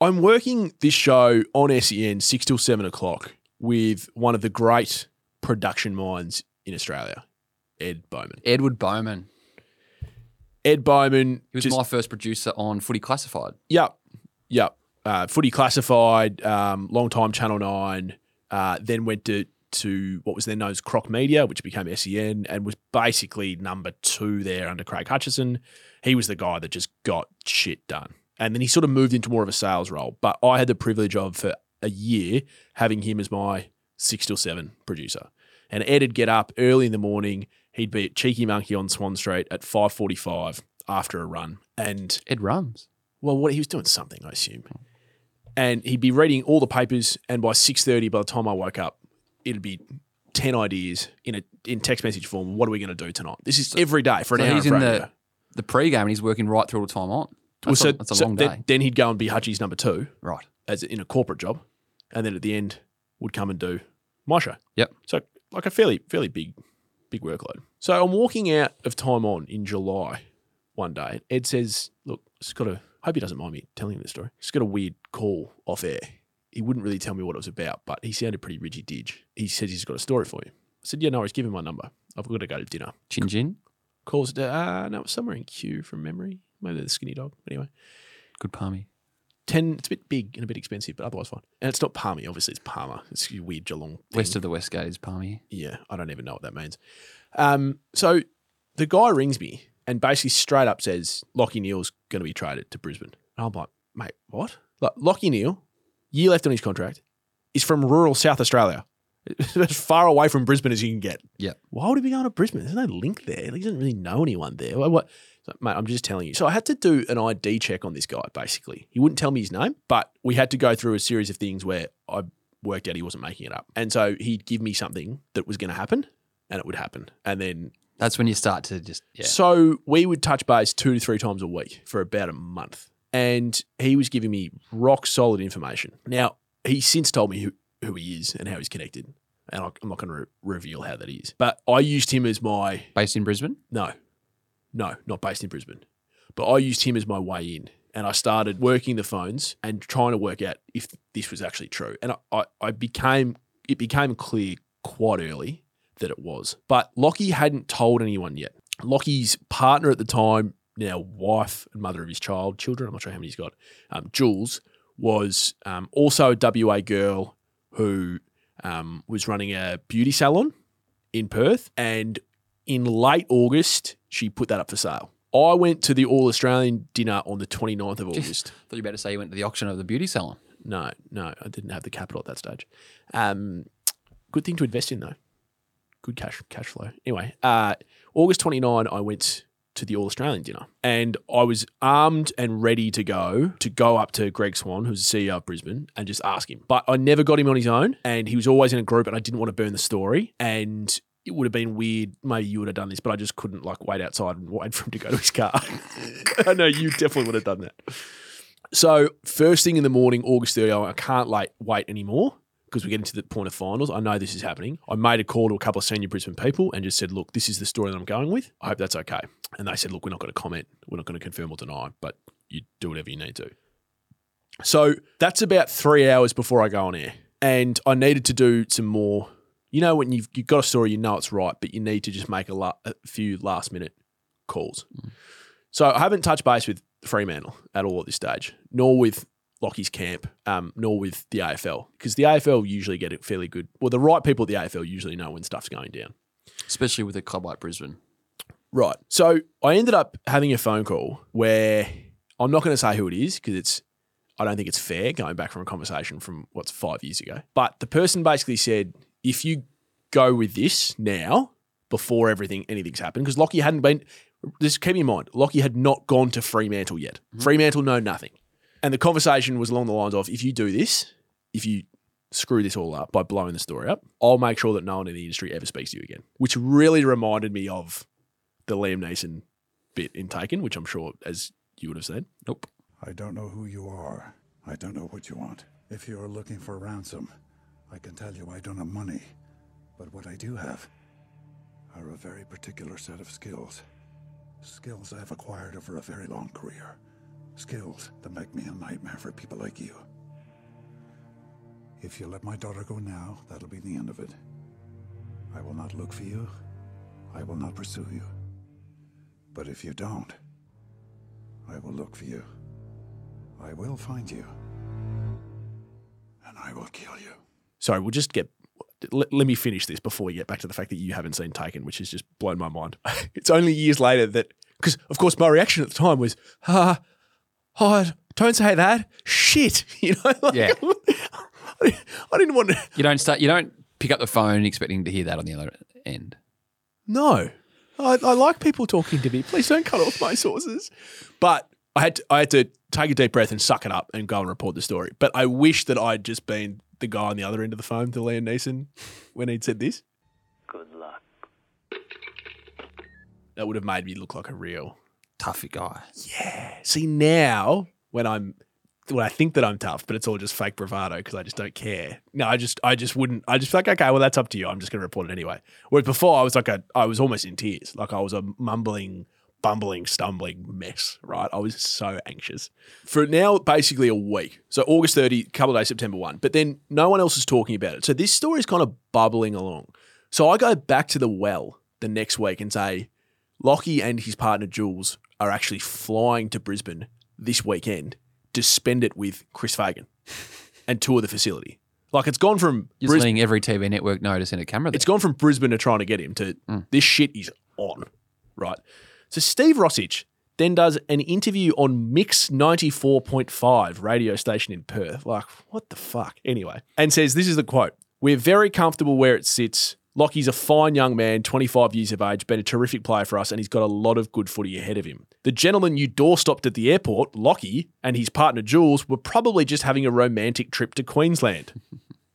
Speaker 1: I'm working this show on SEN six till seven o'clock with one of the great production minds in Australia, Ed Bowman.
Speaker 2: Edward Bowman.
Speaker 1: Ed Bowman
Speaker 2: He was
Speaker 1: just-
Speaker 2: my first producer on Footy Classified.
Speaker 1: Yep. Yep. Uh, Footy Classified, um, long time Channel 9, uh, then went to to what was then known as Croc Media, which became SEN, and was basically number two there under Craig Hutchison. He was the guy that just got shit done, and then he sort of moved into more of a sales role. But I had the privilege of for a year having him as my six till seven producer, and Ed'd get up early in the morning. He'd be at Cheeky Monkey on Swan Street at five forty-five after a run, and
Speaker 2: Ed runs.
Speaker 1: well, what he was doing something, I assume. And he'd be reading all the papers, and by six thirty, by the time I woke up, it'd be ten ideas in a in text message form. What are we going to do tonight? This is every day for an
Speaker 2: so
Speaker 1: hour.
Speaker 2: he's
Speaker 1: of
Speaker 2: in the-
Speaker 1: radio.
Speaker 2: The pregame and he's working right through all the time on. That's,
Speaker 1: Well, so-
Speaker 2: a, that's a
Speaker 1: so
Speaker 2: long
Speaker 1: then,
Speaker 2: day.
Speaker 1: Then he'd go and be Hutchie's number two
Speaker 2: Right.
Speaker 1: as in a corporate job, and then at the end would come and do my show.
Speaker 2: Yep.
Speaker 1: So like a fairly fairly big big workload. So I'm walking out of time on in July one day. Ed says, "Look, it's got a. Hope he doesn't mind me telling you this story. It's got a weird call off air. He wouldn't really tell me what it was about, but he sounded pretty rigid. Did he says he's got a story for you? I said, "Yeah, no, he's giving my number. I've got to go to dinner."
Speaker 2: Chin Chin.
Speaker 1: Calls. it, Uh, no, it was somewhere in Q from memory. Maybe the skinny dog. Anyway.
Speaker 2: Good palmy.
Speaker 1: 10 it's a bit big and a bit expensive but otherwise fine and it's not palmy obviously it's palmer it's a weird geelong thing.
Speaker 2: West of the West Gate is palmy.
Speaker 1: yeah i don't even know what that means um, so the guy rings me and basically straight up says lockie neal's going to be traded to brisbane and i'm like mate what like lockie neal year left on his contract is from rural south australia as far away from brisbane as you can get
Speaker 2: Yep.
Speaker 1: why would he be going to Brisbane? There's no link there. Like, he doesn't really know anyone there. What, what? So, mate, I'm just telling you. So I had to do an ID check on this guy, basically. He wouldn't tell me his name, but we had to go through a series of things where I worked out he wasn't making it up. And so he'd give me something that was going to happen and it would happen. And then,
Speaker 2: That's when you start to just yeah.
Speaker 1: so we would touch base two to three times a week for about a month. And he was giving me rock solid information. Now, he's since told me who, who he is and how he's connected. And I- I'm not going to re- reveal how that is. But I used him as my
Speaker 2: Based in Brisbane.
Speaker 1: no, no, not based in Brisbane. But I used him as my way in. And I started working the phones and trying to work out if this was actually true. And I, I, I became, it became clear quite early that it was. But Lockie hadn't told anyone yet. Lockie's partner at the time, now wife and mother of his child, children, I'm not sure how many he's got, um, Jules, was um, also a WA girl who um, was running a beauty salon in Perth. And in late August, she put that up for sale. I went to the All Australian dinner on the 29th of August.
Speaker 2: I thought you better say you went to the auction of the beauty salon.
Speaker 1: No, no, I didn't have the capital at that stage. Um, good thing to invest in though. Good cash cash flow. Anyway, uh, August 29, I went to the All Australian dinner and I was armed and ready to go to go up to Greg Swan, who's the CEO of Brisbane, and just ask him. But I never got him on his own and he was always in a group and I didn't want to burn the story. And it would have been weird. Maybe you would have done this, but I just couldn't like wait outside and wait for him to go to his car. I know you definitely would have done that. So first thing in the morning, August 30, I can't like wait anymore because we're getting to the point of finals. I know this is happening. I made a call to a couple of senior Brisbane people and just said, look, this is the story that I'm going with. I hope that's okay. And they said, look, we're not going to comment. We're not going to confirm or deny, but you do whatever you need to. So that's about three hours before I go on air. And I needed to do some more. You know, when you've, you've got a story, you know it's right, but you need to just make a, la- a few last minute calls. So I haven't touched base with Fremantle at all at this stage, nor with Lockie's camp, um, nor with the AFL, because the AFL usually get it fairly good. Well, the right people at the AFL usually know when stuff's going down.
Speaker 2: Especially with a club like Brisbane.
Speaker 1: Right. So I ended up having a phone call where I'm not going to say who it is because it's, I don't think it's fair going back from a conversation from what's five years ago. But the person basically said, if you go with this now, before everything, anything's happened, because Lockie hadn't been, this keep in mind, Lockie had not gone to Fremantle yet. Fremantle know nothing. And the conversation was along the lines of, if you do this, if you screw this all up by blowing the story up, I'll make sure that no one in the industry ever speaks to you again, which really reminded me of the Liam Neeson bit in Taken, which I'm sure, as you would have said,
Speaker 2: Nope.
Speaker 3: I don't know who you are. I don't know what you want. If you are looking for ransom, I can tell you I don't have money. But what I do have are a very particular set of skills. Skills I have acquired over a very long career. Skills that make me a nightmare for people like you. If you let my daughter go now, that'll be the end of it. I will not look for you. I will not pursue you. But if you don't, I will look for you. I will find you. And I will kill you.
Speaker 1: Sorry, we'll just get. Let, let me finish this before we get back to the fact that you haven't seen Taken, which has just blown my mind. it's only years later that, because of course my reaction at the time was, "Ha, oh, don't say that, shit." You know, like,
Speaker 2: Yeah.
Speaker 1: I didn't- I didn't want to.
Speaker 2: You don't start. You don't pick up the phone expecting to hear that on the other end.
Speaker 1: No, I, I like people talking to me. Please don't cut off my sources. But I had to, I had to take a deep breath and suck it up and go and report the story. But I wish that I'd just been the guy on the other end of the phone to Liam Neeson when he'd said this.
Speaker 4: Good luck.
Speaker 1: That would have made me look like a real.
Speaker 2: Tough guy.
Speaker 1: See now when I'm when I think that I'm tough, but it's all just fake bravado because I just don't care. No, I just I just wouldn't. I just like okay, well that's up to you. I'm just going to report it anyway. Whereas before I was like a, I was almost in tears, like I was a mumbling, bumbling, stumbling mess. Right, I was so anxious for now basically a week. So August 30, couple of days, September 1. But then no one else is talking about it. So this story is kind of bubbling along. So I go back to the well the next week and say, Lockie and his partner Jules are actually flying to Brisbane this weekend to spend it with Chris Fagan and tour the facility. Like it's gone from
Speaker 2: You're
Speaker 1: Brisbane.
Speaker 2: just letting every TV network know to send a camera there.
Speaker 1: It's gone from Brisbane to trying to get him to this shit is on, right? So Steve Rossich then does an interview on Mix 94.5 radio station in Perth. Like, what the fuck? Anyway, and says, This is the quote We're very comfortable where it sits. Lockie's a fine young man, 25 years of age, been a terrific player for us, and he's got a lot of good footy ahead of him. The gentleman you door stopped at the airport, Lockie, and his partner Jules were probably just having a romantic trip to Queensland.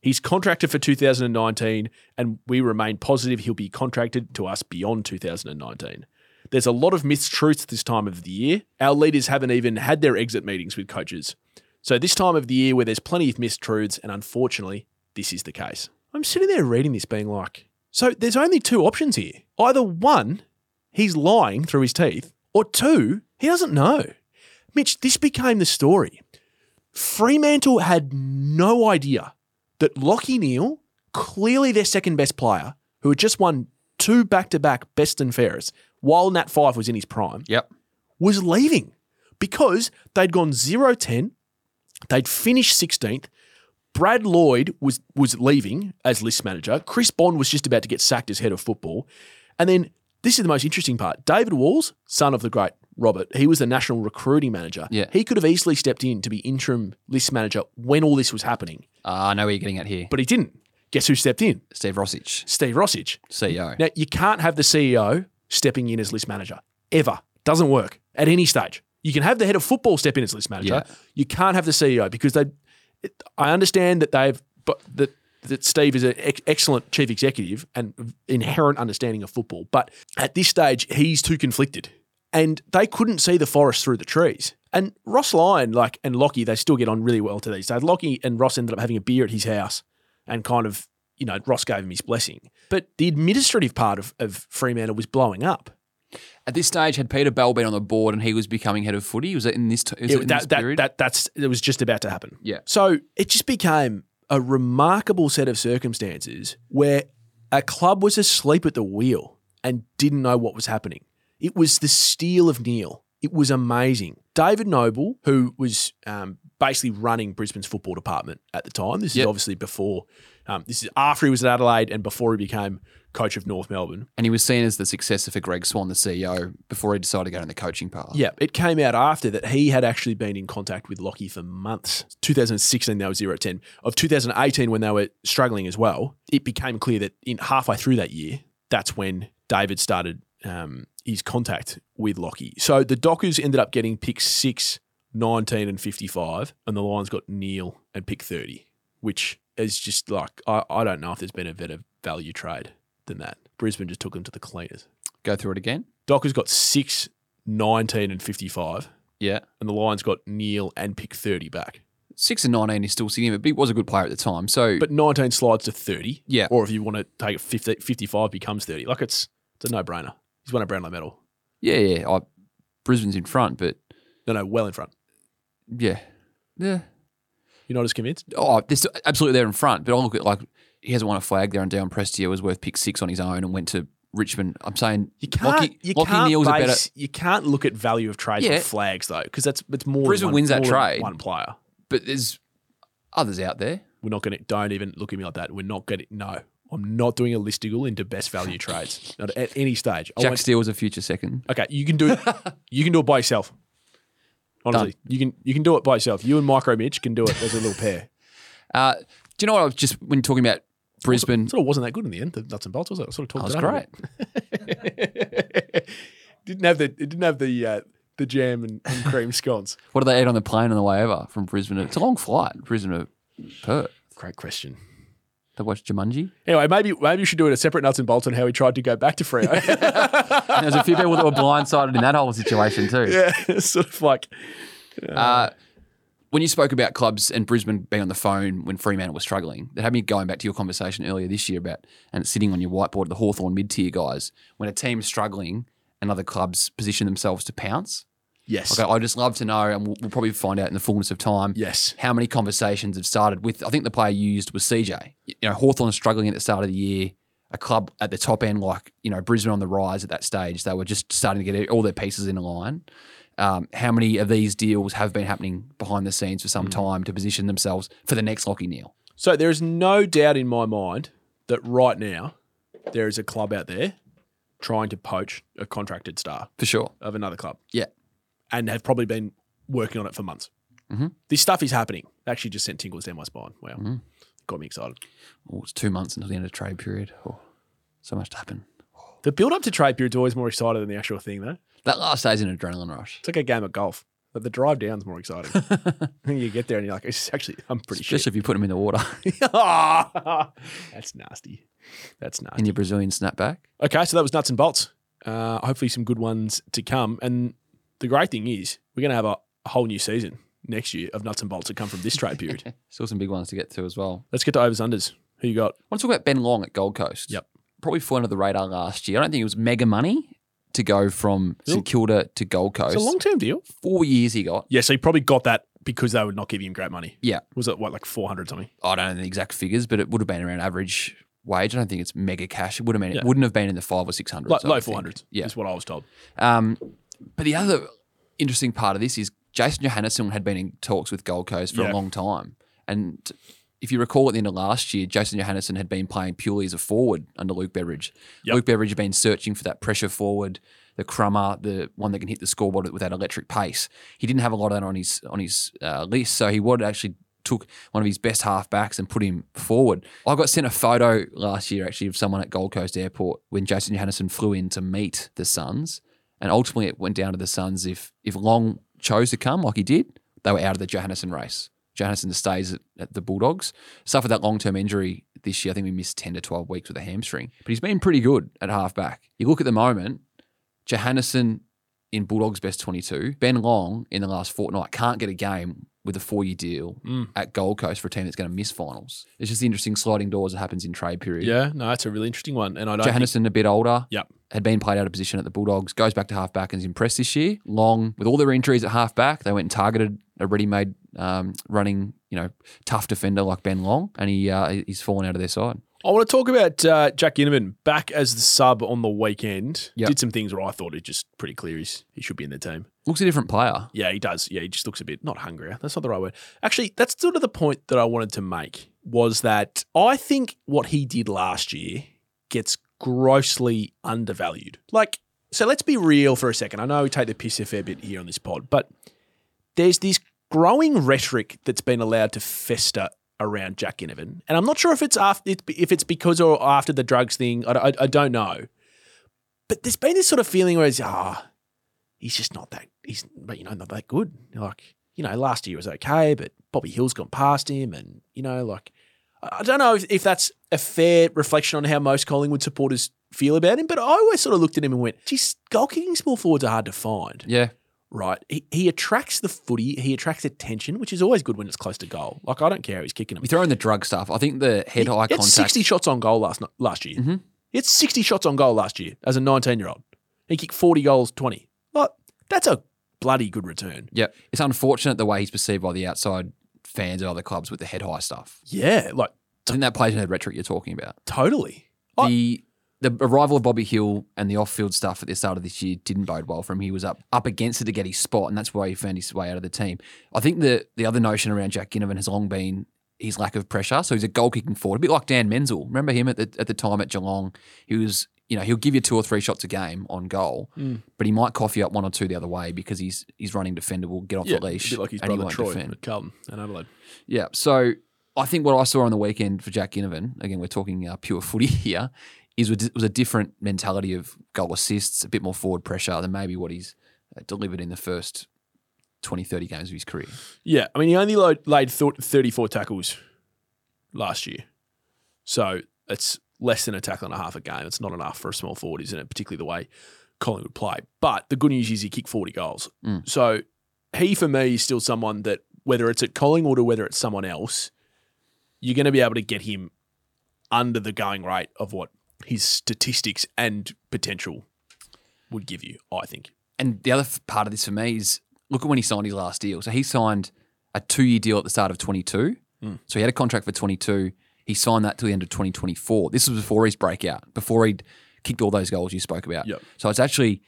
Speaker 1: He's contracted for 2019, and we remain positive he'll be contracted to us beyond 2019. There's a lot of mistruths this time of the year. Our leaders haven't even had their exit meetings with coaches. So, this time of the year where there's plenty of mistruths, and unfortunately, this is the case. I'm sitting there reading this, being like, so there's only two options here. Either one, he's lying through his teeth, or two, he doesn't know. Mitch, this became the story. Fremantle had no idea that Lockie Neal, clearly their second best player, who had just won two back to back best and fairest while Nat 5 was in his prime,
Speaker 2: Yep.
Speaker 1: was leaving because they'd gone 0 10, they'd finished 16th. Brad Lloyd was, was leaving as list manager. Chris Bond was just about to get sacked as head of football. And then this is the most interesting part David Walls, son of the great Robert, he was the national recruiting manager.
Speaker 2: Yeah.
Speaker 1: He could have easily stepped in to be interim list manager when all this was happening
Speaker 2: Ah, I know where you're getting at here.
Speaker 1: but he didn't. Guess who stepped in?
Speaker 2: Steve Rossich,
Speaker 1: Steve Rossich.
Speaker 2: CEO.
Speaker 1: Now, you can't have the CEO stepping in as list manager ever. Doesn't work at any stage. You can have the head of football step in as list manager.
Speaker 2: Yeah.
Speaker 1: You can't have the CEO because they. It, I understand that they've, but that that Steve is an ex- excellent chief executive and inherent understanding of football, but at this stage he's too conflicted, and they couldn't see the forest through the trees. And Ross Lyon, like and Lockie, they still get on really well to these days. Lockie and Ross ended up having a beer at his house, and kind of you know Ross gave him his blessing. But the administrative part of, of Fremantle was blowing up.
Speaker 2: At this stage, had Peter Bell been on the board and he was becoming head of footy? Was it in this, t- is it
Speaker 1: It-
Speaker 2: in this
Speaker 1: that, that,
Speaker 2: period?
Speaker 1: that that's it was just about to happen.
Speaker 2: Yeah.
Speaker 1: So it just became a remarkable set of circumstances where a club was asleep at the wheel and didn't know what was happening. It was the steal of Neil. It was amazing. David Noble, who was um, basically running Brisbane's football department at the time, this is
Speaker 2: Yep.
Speaker 1: obviously before, um, this is after he was at Adelaide and before he became coach of North Melbourne.
Speaker 2: and he was seen as the successor for Greg Swan, the CEO, before he decided to go down the coaching path.
Speaker 1: Yeah, it came out after that he had actually been in contact with Lockie for months. 2016, they were 0 10. Of 2018, when they were struggling as well, it became clear that in halfway through that year, that's when David started um, his contact with Lockie. So the Dockers ended up getting pick 6, 19, and 55, and the Lions got Neil and pick 30, which is just like, I, I don't know if there's been a better value trade than that. Brisbane just took them to the cleaners.
Speaker 2: Go through it again.
Speaker 1: Dockers got 6, 19, and 55
Speaker 2: Yeah.
Speaker 1: and the Lions got Neil and pick 30 back.
Speaker 2: Six and 19 is still significant, but he was a good player at the time. So,
Speaker 1: But 19 slides to 30.
Speaker 2: Yeah.
Speaker 1: Or if you want to take it 50, 55 becomes 30. Like it's it's a no-brainer. He's won a Brownlow medal.
Speaker 2: yeah, yeah. I, Brisbane's in front, but
Speaker 1: No, no, well in front.
Speaker 2: yeah. Yeah.
Speaker 1: You're not as convinced?
Speaker 2: Oh, they're still- absolutely they're in front. But I look at like he hasn't won a flag there, and Down Prestia was worth pick six on his own and went to Richmond. I'm saying
Speaker 1: You can't,
Speaker 2: Lachie-
Speaker 1: you,
Speaker 2: Lachie
Speaker 1: can't
Speaker 2: Neal's a better.
Speaker 1: base- you can't look at value of trades
Speaker 2: Yeah.
Speaker 1: with flags though, because that's it's more than
Speaker 2: Brisbane
Speaker 1: one-
Speaker 2: wins that
Speaker 1: more than
Speaker 2: trade.
Speaker 1: one player.
Speaker 2: But there's others out there.
Speaker 1: We're not going to, don't even look at me like that. We're not going to, no. I'm not doing a listicle into best value trades not at any stage. I
Speaker 2: Jack
Speaker 1: want-
Speaker 2: Steele was a future second.
Speaker 1: okay, you can do it. you can do it by yourself. Honestly, you can you can do it by yourself. You and Micro Mitch can do it as a little pair.
Speaker 2: Uh, do you know what I was just when talking about Brisbane?
Speaker 1: Sort of wasn't that good in the end. The nuts and bolts was it? I sort of
Speaker 2: That
Speaker 1: talked
Speaker 2: was
Speaker 1: it up a
Speaker 2: great.
Speaker 1: bit. didn't have the it didn't have the uh, the jam and, and cream scones.
Speaker 2: What did they eat on the plane on the way over from Brisbane? to- It's a long flight, Brisbane to Perth.
Speaker 1: Great question.
Speaker 2: They watched Jumanji.
Speaker 1: Anyway, maybe maybe you should do it a separate nuts and bolts on how he tried to go back to Freo.
Speaker 2: And there's a few people that were blindsided in that whole situation too.
Speaker 1: yeah, it's sort of like
Speaker 2: Uh, when you spoke about clubs and Brisbane being on the phone when Fremantle was struggling, that had me going back to your conversation earlier this year about and it's sitting on your whiteboard, the Hawthorn mid tier guys. When a team's struggling and other clubs position themselves to pounce,
Speaker 1: yes,
Speaker 2: like I- I'd just love to know, and we'll, we'll probably find out in the fullness of time.
Speaker 1: yes,
Speaker 2: How many conversations have started with? I think the player you used was CJ. You know, Hawthorn struggling at the start of the year. A club at the top end, like you know, Brisbane on the rise at that stage. They were just starting to get all their pieces in a line. Um, how many of these deals have been happening behind the scenes for some time to position themselves for the next Lockie Neal?
Speaker 1: So there is no doubt in my mind that right now there is a club out there trying to poach a contracted star
Speaker 2: For sure.
Speaker 1: of another club.
Speaker 2: Yeah.
Speaker 1: And have probably been working on it for months.
Speaker 2: Mhm.
Speaker 1: This stuff is happening. They actually just sent tingles down my spine. Wow.
Speaker 2: Mhm.
Speaker 1: Got me excited.
Speaker 2: Oh, it's two months until the end of the trade period. Oh, so much to happen.
Speaker 1: The build up to trade period's always more exciting than the actual thing, though.
Speaker 2: That last day's an adrenaline rush,
Speaker 1: It's like a game of golf. But the drive down's more exciting. you get there and you're like, it's actually, I'm pretty sure.
Speaker 2: especially if you put them in the water
Speaker 1: That's nasty. That's nasty.
Speaker 2: in your Brazilian snapback.
Speaker 1: Okay, so that was nuts and bolts. Uh, hopefully, some good ones to come. And the great thing is, we're going to have a whole new season next year of nuts and bolts that come from this trade period.
Speaker 2: Still some big ones to get to as well.
Speaker 1: Let's get to overs unders. Who you got?
Speaker 2: I want to talk about Ben Long at Gold Coast.
Speaker 1: Yep.
Speaker 2: Probably flew under the radar last year. I don't think it was mega money to go from St Kilda to Gold Coast.
Speaker 1: It's a long term deal.
Speaker 2: Four years he got.
Speaker 1: Yeah, so he probably got that because they would not give him great money.
Speaker 2: Yeah.
Speaker 1: Was it what like four hundred something?
Speaker 2: I don't know the exact figures, but it would have been around average wage. I don't think it's mega cash. It would have been.
Speaker 1: Yeah.
Speaker 2: It wouldn't have been in the five or six hundred.
Speaker 1: Like low four hundreds.
Speaker 2: Yeah.
Speaker 1: is what I was told.
Speaker 2: Um, but the other interesting part of this is Jason Johannesson had been in talks with Gold Coast for
Speaker 1: Yeah.
Speaker 2: a long time. And if you recall at the end of last year, Jason Johannesson had been playing purely as a forward under Luke Beveridge.
Speaker 1: Yep.
Speaker 2: Luke Beveridge had been searching for that pressure forward, the crummer, the one that can hit the scoreboard with that electric pace. He didn't have a lot of that on his on his uh, list, so he would actually took one of his best halfbacks and put him forward. I got sent a photo last year actually of someone at Gold Coast Airport when Jason Johannesson flew in to meet the Suns, and ultimately it went down to the Suns. If if Long chose to come like he did, they were out of the Johannesson race. Johannesson stays at, at the Bulldogs. Suffered that long term injury this year. I think we missed ten to twelve weeks with a hamstring, but he's been pretty good at halfback. You look at the moment, Johannesson in Bulldogs best 22. Ben Long in the last fortnight can't get a game with a four year deal
Speaker 1: Mm.
Speaker 2: at Gold Coast for a team that's going to miss finals. It's just the interesting sliding doors that happens in trade period.
Speaker 1: Yeah, no, that's a really interesting one. And I don't. think-
Speaker 2: Johannesson a bit older.
Speaker 1: Yep.
Speaker 2: Had been played out of position at the Bulldogs, goes back to halfback and is impressed this year. Long, with all their injuries at halfback, they went and targeted a ready-made um, running, you know, tough defender like Ben Long, and he uh, he's fallen out of their side.
Speaker 1: I want to talk about uh, Jack Inman back as the sub on the weekend.
Speaker 2: Yep.
Speaker 1: Did some things where I thought it just pretty clear he's, he should be in the team.
Speaker 2: Looks a different player.
Speaker 1: Yeah, he does. Yeah, he just looks a bit not hungrier. That's not the right word. Actually, that's sort of the point that I wanted to make was that I think what he did last year gets grossly undervalued. Like, so let's be real for a second. I know we take the piss a fair bit here on this pod, but there's this growing rhetoric that's been allowed to fester around Jack Inovan, and I'm not sure if it's after if it's because or after the drugs thing. I, I, I don't know, but there's been this sort of feeling where it's ah he's just not that he's but you know not that good. Like you know, last year was okay, but Bobby Hill's gone past him, and you know, like I I don't know if, if that's a fair reflection on how most Collingwood supporters feel about him. But I always sort of looked at him and went, "Geez, goal kicking small forwards are hard to find."
Speaker 2: Yeah,
Speaker 1: right? He, he attracts the footy, he attracts attention, which is always good when it's close to goal. Like I don't care how he's kicking them.
Speaker 2: we throw in the drug stuff. I think the head eye
Speaker 1: He had
Speaker 2: contact.
Speaker 1: 60 shots on goal last ni- last year.
Speaker 2: Mhm.
Speaker 1: He had 60 shots on goal last year as a 19 year old. He kicked 40 goals, 20. Like that's a bloody good return.
Speaker 2: Yeah, it's unfortunate the way he's perceived by the outside fans of other clubs with the head high stuff.
Speaker 1: Yeah, like
Speaker 2: I think that plays into the rhetoric you're talking about.
Speaker 1: totally. I-
Speaker 2: The the arrival of Bobby Hill and the off field stuff at the start of this year didn't bode well for him. He was up up against it to get his spot, and that's why he found his way out of the team. I think the the other notion around Jack Ginnivan has long been his lack of pressure. So he's a goal kicking forward, a bit like Dan Menzel. Remember him at the at the time at Geelong? He was, you know, he'll give you two or three shots a game on goal,
Speaker 1: Mm.
Speaker 2: but he might cough you up one or two the other way because he's he's running defendable, get off
Speaker 1: Yeah,
Speaker 2: the leash,
Speaker 1: a bit like his
Speaker 2: and he
Speaker 1: brother
Speaker 2: won't
Speaker 1: Troy
Speaker 2: defend.
Speaker 1: at Carlton and Adelaide.
Speaker 2: Yeah. So I think what I saw on the weekend for Jack Ginnivan, again, we're talking uh, pure footy here, is it was a different mentality of goal assists, a bit more forward pressure than maybe what he's uh, delivered in the first 20, 30 games of his career.
Speaker 1: Yeah, I mean, he only lo- laid th- 34 tackles last year. So it's less than a tackle and a half a game. It's not enough for a small forward, isn't it? Particularly the way Collingwood play. But the good news is he kicked 40 goals.
Speaker 2: Mm.
Speaker 1: So he, for me, is still someone that, whether it's at Collingwood or whether it's someone else, you're going to be able to get him under the going rate of what his statistics and potential would give you, I think.
Speaker 2: And the other f- part of this for me is look at when he signed his last deal. So he signed a two year deal at the start of 22.
Speaker 1: Mm.
Speaker 2: So he had a contract for 22. He signed that to the end of 2024. This was before his breakout, before he'd kicked all those goals you spoke about.
Speaker 1: Yep.
Speaker 2: So it's actually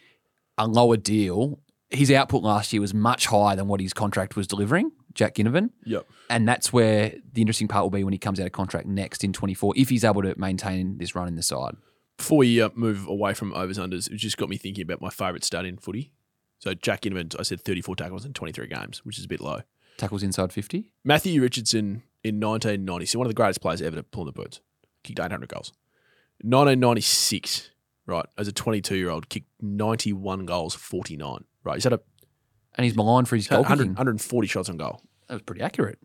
Speaker 2: a lower deal. His output last year was much higher than what his contract was delivering, Jack Ginnivan.
Speaker 1: Yep.
Speaker 2: And that's where the interesting part will be when he comes out of contract next in 24, if he's able to maintain this run in the side.
Speaker 1: before we uh, move away from overs unders, it just got me thinking about my favourite stat in footy. So Jack Inman, I said 34 tackles in 23 games, which is a bit low.
Speaker 2: Tackles inside 50.
Speaker 1: Matthew Richardson in 1990, so one of the greatest players ever to pull in the birds, kicked 800 goals. 1996, right, as a 22 year old, kicked 91 goals, 49. Right, he's had, a,
Speaker 2: And he's maligned for his
Speaker 1: had
Speaker 2: goal
Speaker 1: 100
Speaker 2: kicking.
Speaker 1: 140 shots on goal.
Speaker 2: That was pretty accurate.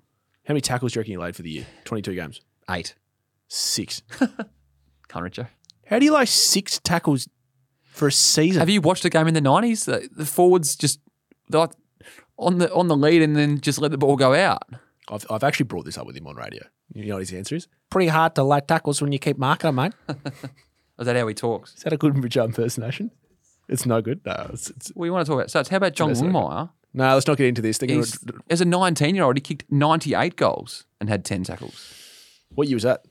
Speaker 1: How many tackles do you reckon he laid for the year? 22 games,
Speaker 2: Eight.
Speaker 1: six.
Speaker 2: Can't reach her.
Speaker 1: How do you lay six tackles for a season?
Speaker 2: Have you watched a game in the nineties? The, the forwards just they're like on the on the lead and then just let the ball go out.
Speaker 1: I've, I've actually brought this up with him on radio. You know what his answer is? Pretty hard to lay tackles when you keep marking them, mate.
Speaker 2: Is that how he talks?
Speaker 1: Is that a good Richard impersonation? It's no good. No, it's, it's,
Speaker 2: What do you want to talk about? So how about John
Speaker 1: That's okay.
Speaker 2: Longmire?
Speaker 1: no, let's not get into this. Think
Speaker 2: He's, as a nineteen year old, he kicked ninety eight goals and had ten tackles.
Speaker 1: what year was that?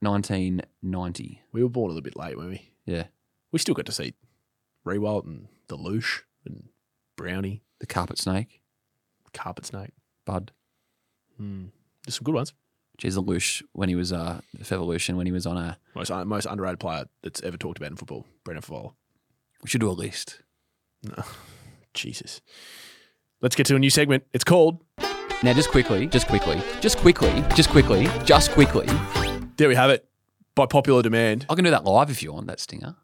Speaker 2: Nineteen ninety.
Speaker 1: We were born a little bit late, weren't we?
Speaker 2: Yeah.
Speaker 1: We still got to see Rewalt and Deluche and Brownie,
Speaker 2: The carpet snake,
Speaker 1: Carpet Snake.
Speaker 2: Bud.
Speaker 1: Hmm. There's some good ones.
Speaker 2: Jeez Lelouch when he was uh the Fevolution, when he was on a
Speaker 1: Most uh, most underrated player that's ever talked about in football, Brendan Favola.
Speaker 2: we should do a list.
Speaker 1: Jesus. Let's get to a new segment. It's called
Speaker 2: Now just quickly, just quickly, just quickly, just quickly, just quickly.
Speaker 1: There We Have It by popular demand.
Speaker 2: I can do that live if you want, that stinger.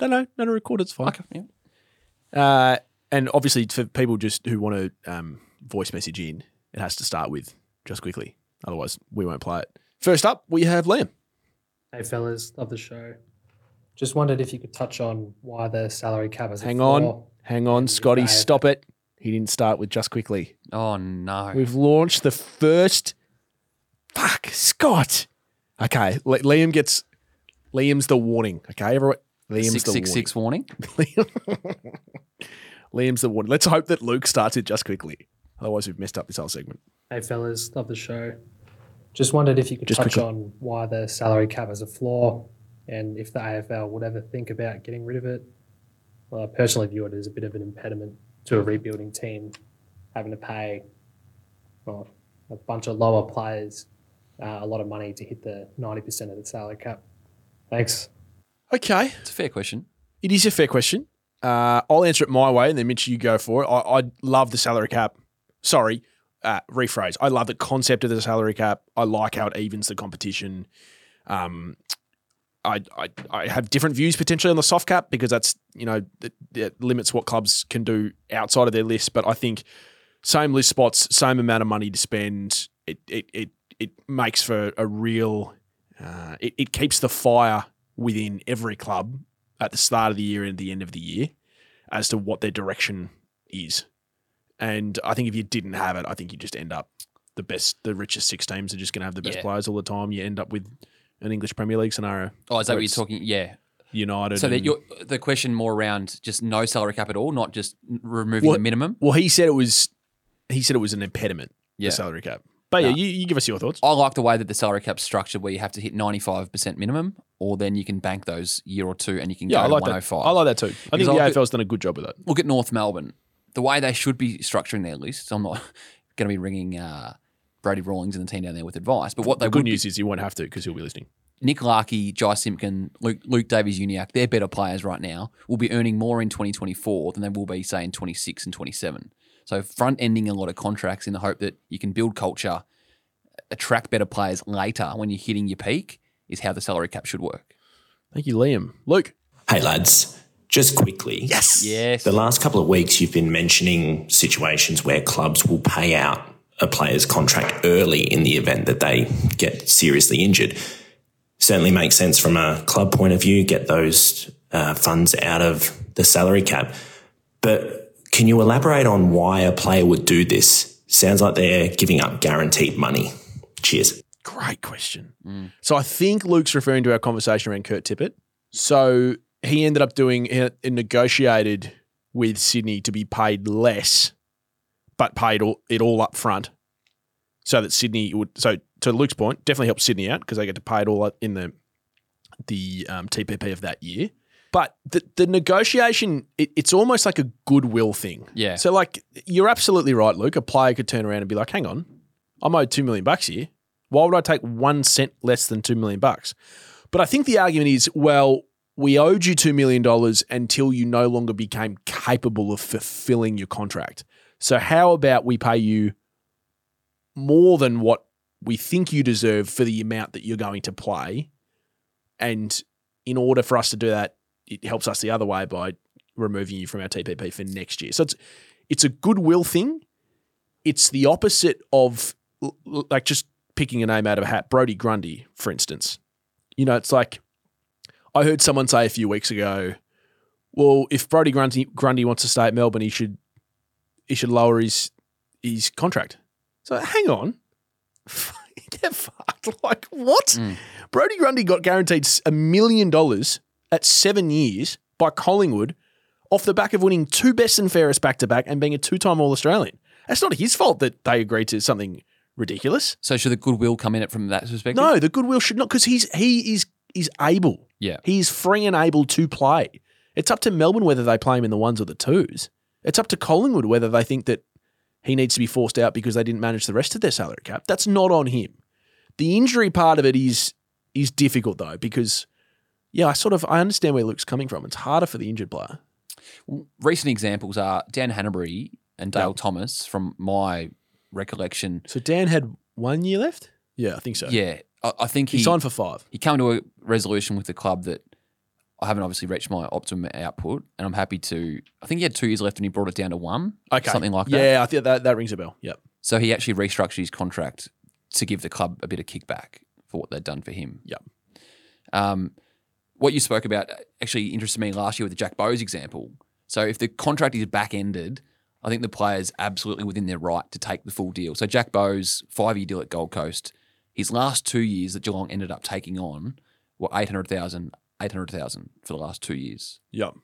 Speaker 1: No, no, no, no, record. It's fine.
Speaker 2: Okay. Yeah.
Speaker 1: Uh, and obviously, for people just who want to um, voice message in, it has to start with just quickly. Otherwise, we won't play it. First up, we have Liam.
Speaker 4: Hey, fellas, love the show. Just wondered if you could touch on why the salary cap is.
Speaker 1: Hang on, hang on, Scotty,
Speaker 4: Dave.
Speaker 1: stop it. He didn't start with just quickly.
Speaker 2: Oh no.
Speaker 1: We've launched the first. Fuck, Scott. Okay, Li- Liam gets. Liam's the warning. Okay, everyone. Liam's
Speaker 2: Six
Speaker 1: the
Speaker 2: six six warning.
Speaker 1: warning. Liam's the warning. Let's hope that Luke starts it just quickly. Otherwise, we've messed up this whole segment.
Speaker 4: Hey, fellas, love the show. Just wondered if you could
Speaker 1: Just
Speaker 4: touch
Speaker 1: quickly.
Speaker 4: on why the salary cap is a flaw, and if the AFL would ever think about getting rid of it. Well, I personally view it as a bit of an impediment to a rebuilding team having to pay well, a bunch of lower players uh, a lot of money to hit the ninety percent of the salary cap. Thanks.
Speaker 1: Okay.
Speaker 2: It's a fair question.
Speaker 1: It is a fair question. Uh, I'll answer it my way, and then Mitch, you go for it. I, I love the salary cap. Sorry, uh, rephrase. I love the concept of the salary cap. I like how it evens the competition. Um, I, I I have different views potentially on the soft cap because that's you know it, it limits what clubs can do outside of their list. But I think same list spots, same amount of money to spend. It it it it makes for a real. Uh, it, it keeps the fire within every club at the start of the year and at the end of the year as to what their direction is. And I think if you didn't have it, I think you just end up the best, the richest six teams are just going to have the best
Speaker 2: Yeah.
Speaker 1: players all the time. You end up with an English Premier League scenario.
Speaker 2: Oh, is that
Speaker 1: where
Speaker 2: what you're
Speaker 1: it's
Speaker 2: talking? Yeah.
Speaker 1: United.
Speaker 2: So that
Speaker 1: and-
Speaker 2: you're, the question more around just no salary cap at all, not just n- removing
Speaker 1: Well,
Speaker 2: the minimum.
Speaker 1: well, he said it was, he said it was an impediment,
Speaker 2: Yeah.
Speaker 1: the salary cap. But yeah,
Speaker 2: No.
Speaker 1: you, you give us your thoughts.
Speaker 2: I like the way that the salary cap's structured, where you have to hit ninety five percent minimum, or then you can bank those year or two, and you can
Speaker 1: Yeah,
Speaker 2: go
Speaker 1: I like
Speaker 2: to one hundred
Speaker 1: that.
Speaker 2: five.
Speaker 1: I like that too. I
Speaker 2: Because
Speaker 1: think the
Speaker 2: I look
Speaker 1: AFL's done a good job with that.
Speaker 2: Look at North Melbourne, the way they should be structuring their lists. I'm not going to be ringing uh, Brady Rawlings and the team down there with advice. But what they
Speaker 1: The good
Speaker 2: would
Speaker 1: news is you won't have to because he'll be listening.
Speaker 2: Nick Larkey, Jai Simpkin, Luke, Luke Davies, Uniac, they're better players right now, will be earning more in 2024 than they will be, say, in 26 and 27. So front ending a lot of contracts in the hope that you can build culture, attract better players later when you're hitting your peak is how the salary cap should work.
Speaker 1: Thank you, Liam. Luke.
Speaker 5: Hey, lads, just quickly. Yes.
Speaker 2: Yes.
Speaker 5: The last couple of weeks, you've been mentioning situations where clubs will pay out a player's contract early in the event that they get seriously injured. Certainly makes sense from a club point of view, get those uh, funds out of the salary cap. But can you elaborate on why a player would do this? Sounds like they're giving up guaranteed money. Cheers.
Speaker 1: Great question. So I think Luke's referring to our conversation around Kurt Tippett. So he ended up doing it negotiated with Sydney to be paid less, but paid all, it all up front, so that Sydney would. So to Luke's point, definitely helps Sydney out because they get to pay it all up in the the um, TPP of that year. But the, the negotiation, it, it's almost like a goodwill thing.
Speaker 2: Yeah.
Speaker 1: So like you're absolutely right, Luke. A player could turn around and be like, "Hang on, I'm owed two million bucks here. Why would I take one cent less than two million bucks?" But I think the argument is, well, we owed you $2 million until you no longer became capable of fulfilling your contract. So, how about we pay you more than what we think you deserve for the amount that you're going to play? And in order for us to do that, it helps us the other way by removing you from our TPP for next year. So, it's, it's a goodwill thing. It's the opposite of, l- l- like, just picking a name out of a hat. Brody Grundy, for instance. You know, it's like I heard someone say a few weeks ago, well, if Brody Grundy, Grundy wants to stay at Melbourne, he should he should lower his his contract. So hang on, get fucked. Like what? Brody Grundy got guaranteed a million dollars at seven years by Collingwood, off the back of winning two best and fairest back to back and being a two time All Australian. That's not his fault that they agreed to something ridiculous.
Speaker 2: So should the goodwill come in it from that perspective?
Speaker 1: No, the goodwill should not because he's he is is able.
Speaker 2: Yeah.
Speaker 1: He is free and able to play. It's up to Melbourne whether they play him in the ones or the twos. It's up to Collingwood whether they think that he needs to be forced out because they didn't manage the rest of their salary cap. That's not on him. The injury part of it is is difficult though because yeah, I sort of I understand where Luke's coming from. It's harder for the injured player.
Speaker 2: Recent examples are Dan Hanbury and Dale Thomas from my recollection.
Speaker 1: So Dan had one year left. Yeah, I think so.
Speaker 2: Yeah. I, I think
Speaker 1: he,
Speaker 2: he,
Speaker 1: signed for five.
Speaker 2: you come to a resolution with the club that I haven't obviously reached my optimum output, and I'm happy to. I think he had two years left, and he brought it down to one, something like that.
Speaker 1: Yeah, I think that that rings a bell. Yep.
Speaker 2: So he actually restructured his contract to give the club a bit of kickback for what they'd done for him.
Speaker 1: Yep.
Speaker 2: Um, what you spoke about actually interested me last year with the Jack Bowes example. So if the contract is back ended, I think the player's absolutely within their right to take the full deal. So Jack Bowes, five year deal at Gold Coast, his last two years that Geelong ended up taking on were 800,000, 800,000 for the last two years
Speaker 1: Yep.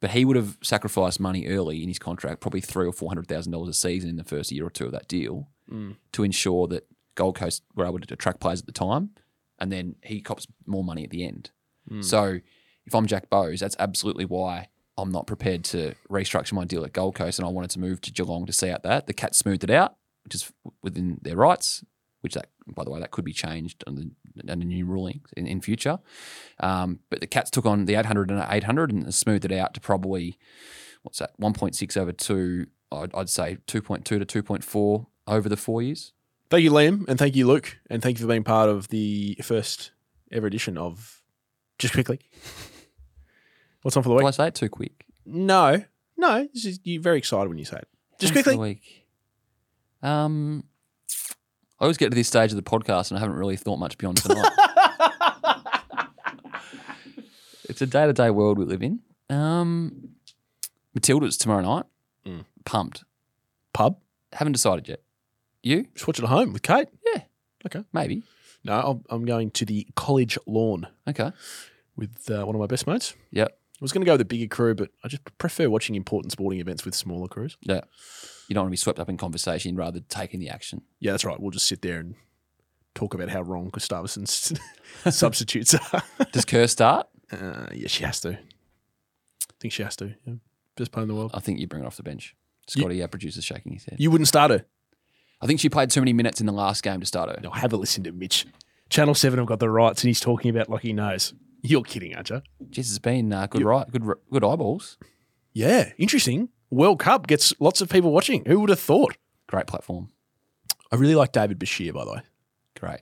Speaker 2: but he would have sacrificed money early in his contract, probably three or four hundred thousand dollars a season in the first year or two of that deal,
Speaker 1: Hmm.
Speaker 2: to ensure that Gold Coast were able to attract players at the time, and then he cops more money at the end. So, if I'm Jack Bowes, that's absolutely why I'm not prepared to restructure my deal at Gold Coast, and I wanted to move to Geelong to see out that the cat smoothed it out, which is within their rights. Which that, by the way, that could be changed under, under new rulings in, in future. Um, but the Cats took on the 800 and 800 and smoothed it out to probably, what's that, 1.6 over 2, I'd, I'd say 2.2 to 2.4 over the four years.
Speaker 1: Thank you, Liam, and thank you, Luke, and thank you for being part of the first ever edition of Just Quickly. What's on for the
Speaker 2: Did I
Speaker 1: week?
Speaker 2: say it too quick?
Speaker 1: No, no, this is, you're very excited when you say it. Just
Speaker 2: Thanks for the
Speaker 1: quickly,
Speaker 2: week. Um, I always get to this stage of the podcast and I haven't really thought much beyond tonight. it's a day to day world we live in. Um, Matilda's tomorrow night. Pumped.
Speaker 1: pub.
Speaker 2: Haven't decided yet. You?
Speaker 1: Just watch it at home with Kate.
Speaker 2: Maybe.
Speaker 1: No, I'll, I'm going to the college lawn
Speaker 2: Okay.
Speaker 1: with uh, one of my best mates.
Speaker 2: Yep.
Speaker 1: I was going to go with a bigger crew, but I just prefer watching important sporting events with smaller crews.
Speaker 2: Yeah. You don't want to be swept up in conversation rather than taking the action.
Speaker 1: Yeah, that's right. We'll just sit there and talk about how wrong Gustavsson's substitutes are.
Speaker 2: Does Kerr start?
Speaker 1: Uh, yeah, she has to. I think she has to. Yeah. Best player in the world.
Speaker 2: I think you bring it off the bench. Scotty, our producer's shaking his head.
Speaker 1: You wouldn't start her.
Speaker 2: I think she played too many minutes in the last game to start her.
Speaker 1: No, have a listen to Mitch. Channel 7 have got the rights and he's talking about like he knows. You're kidding, aren't you?
Speaker 2: Jess has been uh, good, right? Good, r- good eyeballs.
Speaker 1: Yeah, interesting. World Cup gets lots of people watching. Who would have thought?
Speaker 2: Great platform.
Speaker 1: I really like David Bashir, by the way,
Speaker 2: Great.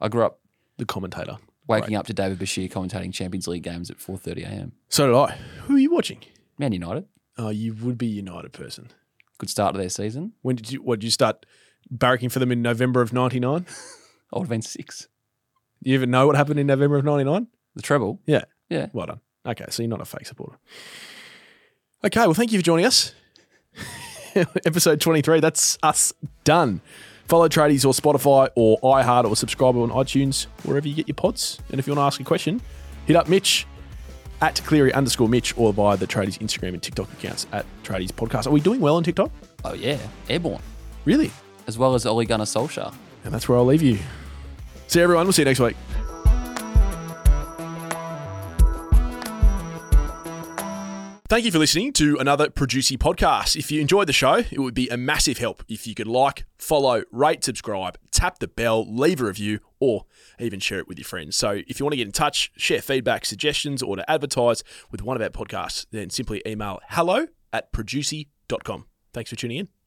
Speaker 2: I grew up
Speaker 1: the commentator.
Speaker 2: waking up to David Bashir commentating Champions League games at 4:30 a.m.
Speaker 1: So did I. Who are you watching?
Speaker 2: Man United.
Speaker 1: Oh, you would be a United person.
Speaker 2: Good start to their season.
Speaker 1: When did you? What did you start barracking for them in November of '99?
Speaker 2: I would have been six.
Speaker 1: You even know what happened in November of '99?
Speaker 2: The treble.
Speaker 1: Yeah.
Speaker 2: Yeah.
Speaker 1: Well done. Okay, so you're not a fake supporter. Okay, well, thank you for joining us. Episode 23, that's us done. Follow Tradies or Spotify or iHeart or subscribe on iTunes, wherever you get your pods. And if you want to ask a question, hit up Mitch at Cleary underscore Mitch or via the Tradies Instagram and TikTok accounts at Tradies Podcast. Are we doing well on TikTok?
Speaker 2: Oh yeah, airborne.
Speaker 1: Really?
Speaker 2: As well as Ole Gunnar Solskjaer.
Speaker 1: And that's where I'll leave you. See you, everyone. We'll see you next week. Thank you for listening to another Producy podcast. If you enjoyed the show, it would be a massive help if you could like, follow, rate, subscribe, tap the bell, leave a review, or even share it with your friends. So if you want to get in touch, share feedback, suggestions, or to advertise with one of our podcasts, then simply email hello at producy.com. Thanks for tuning in.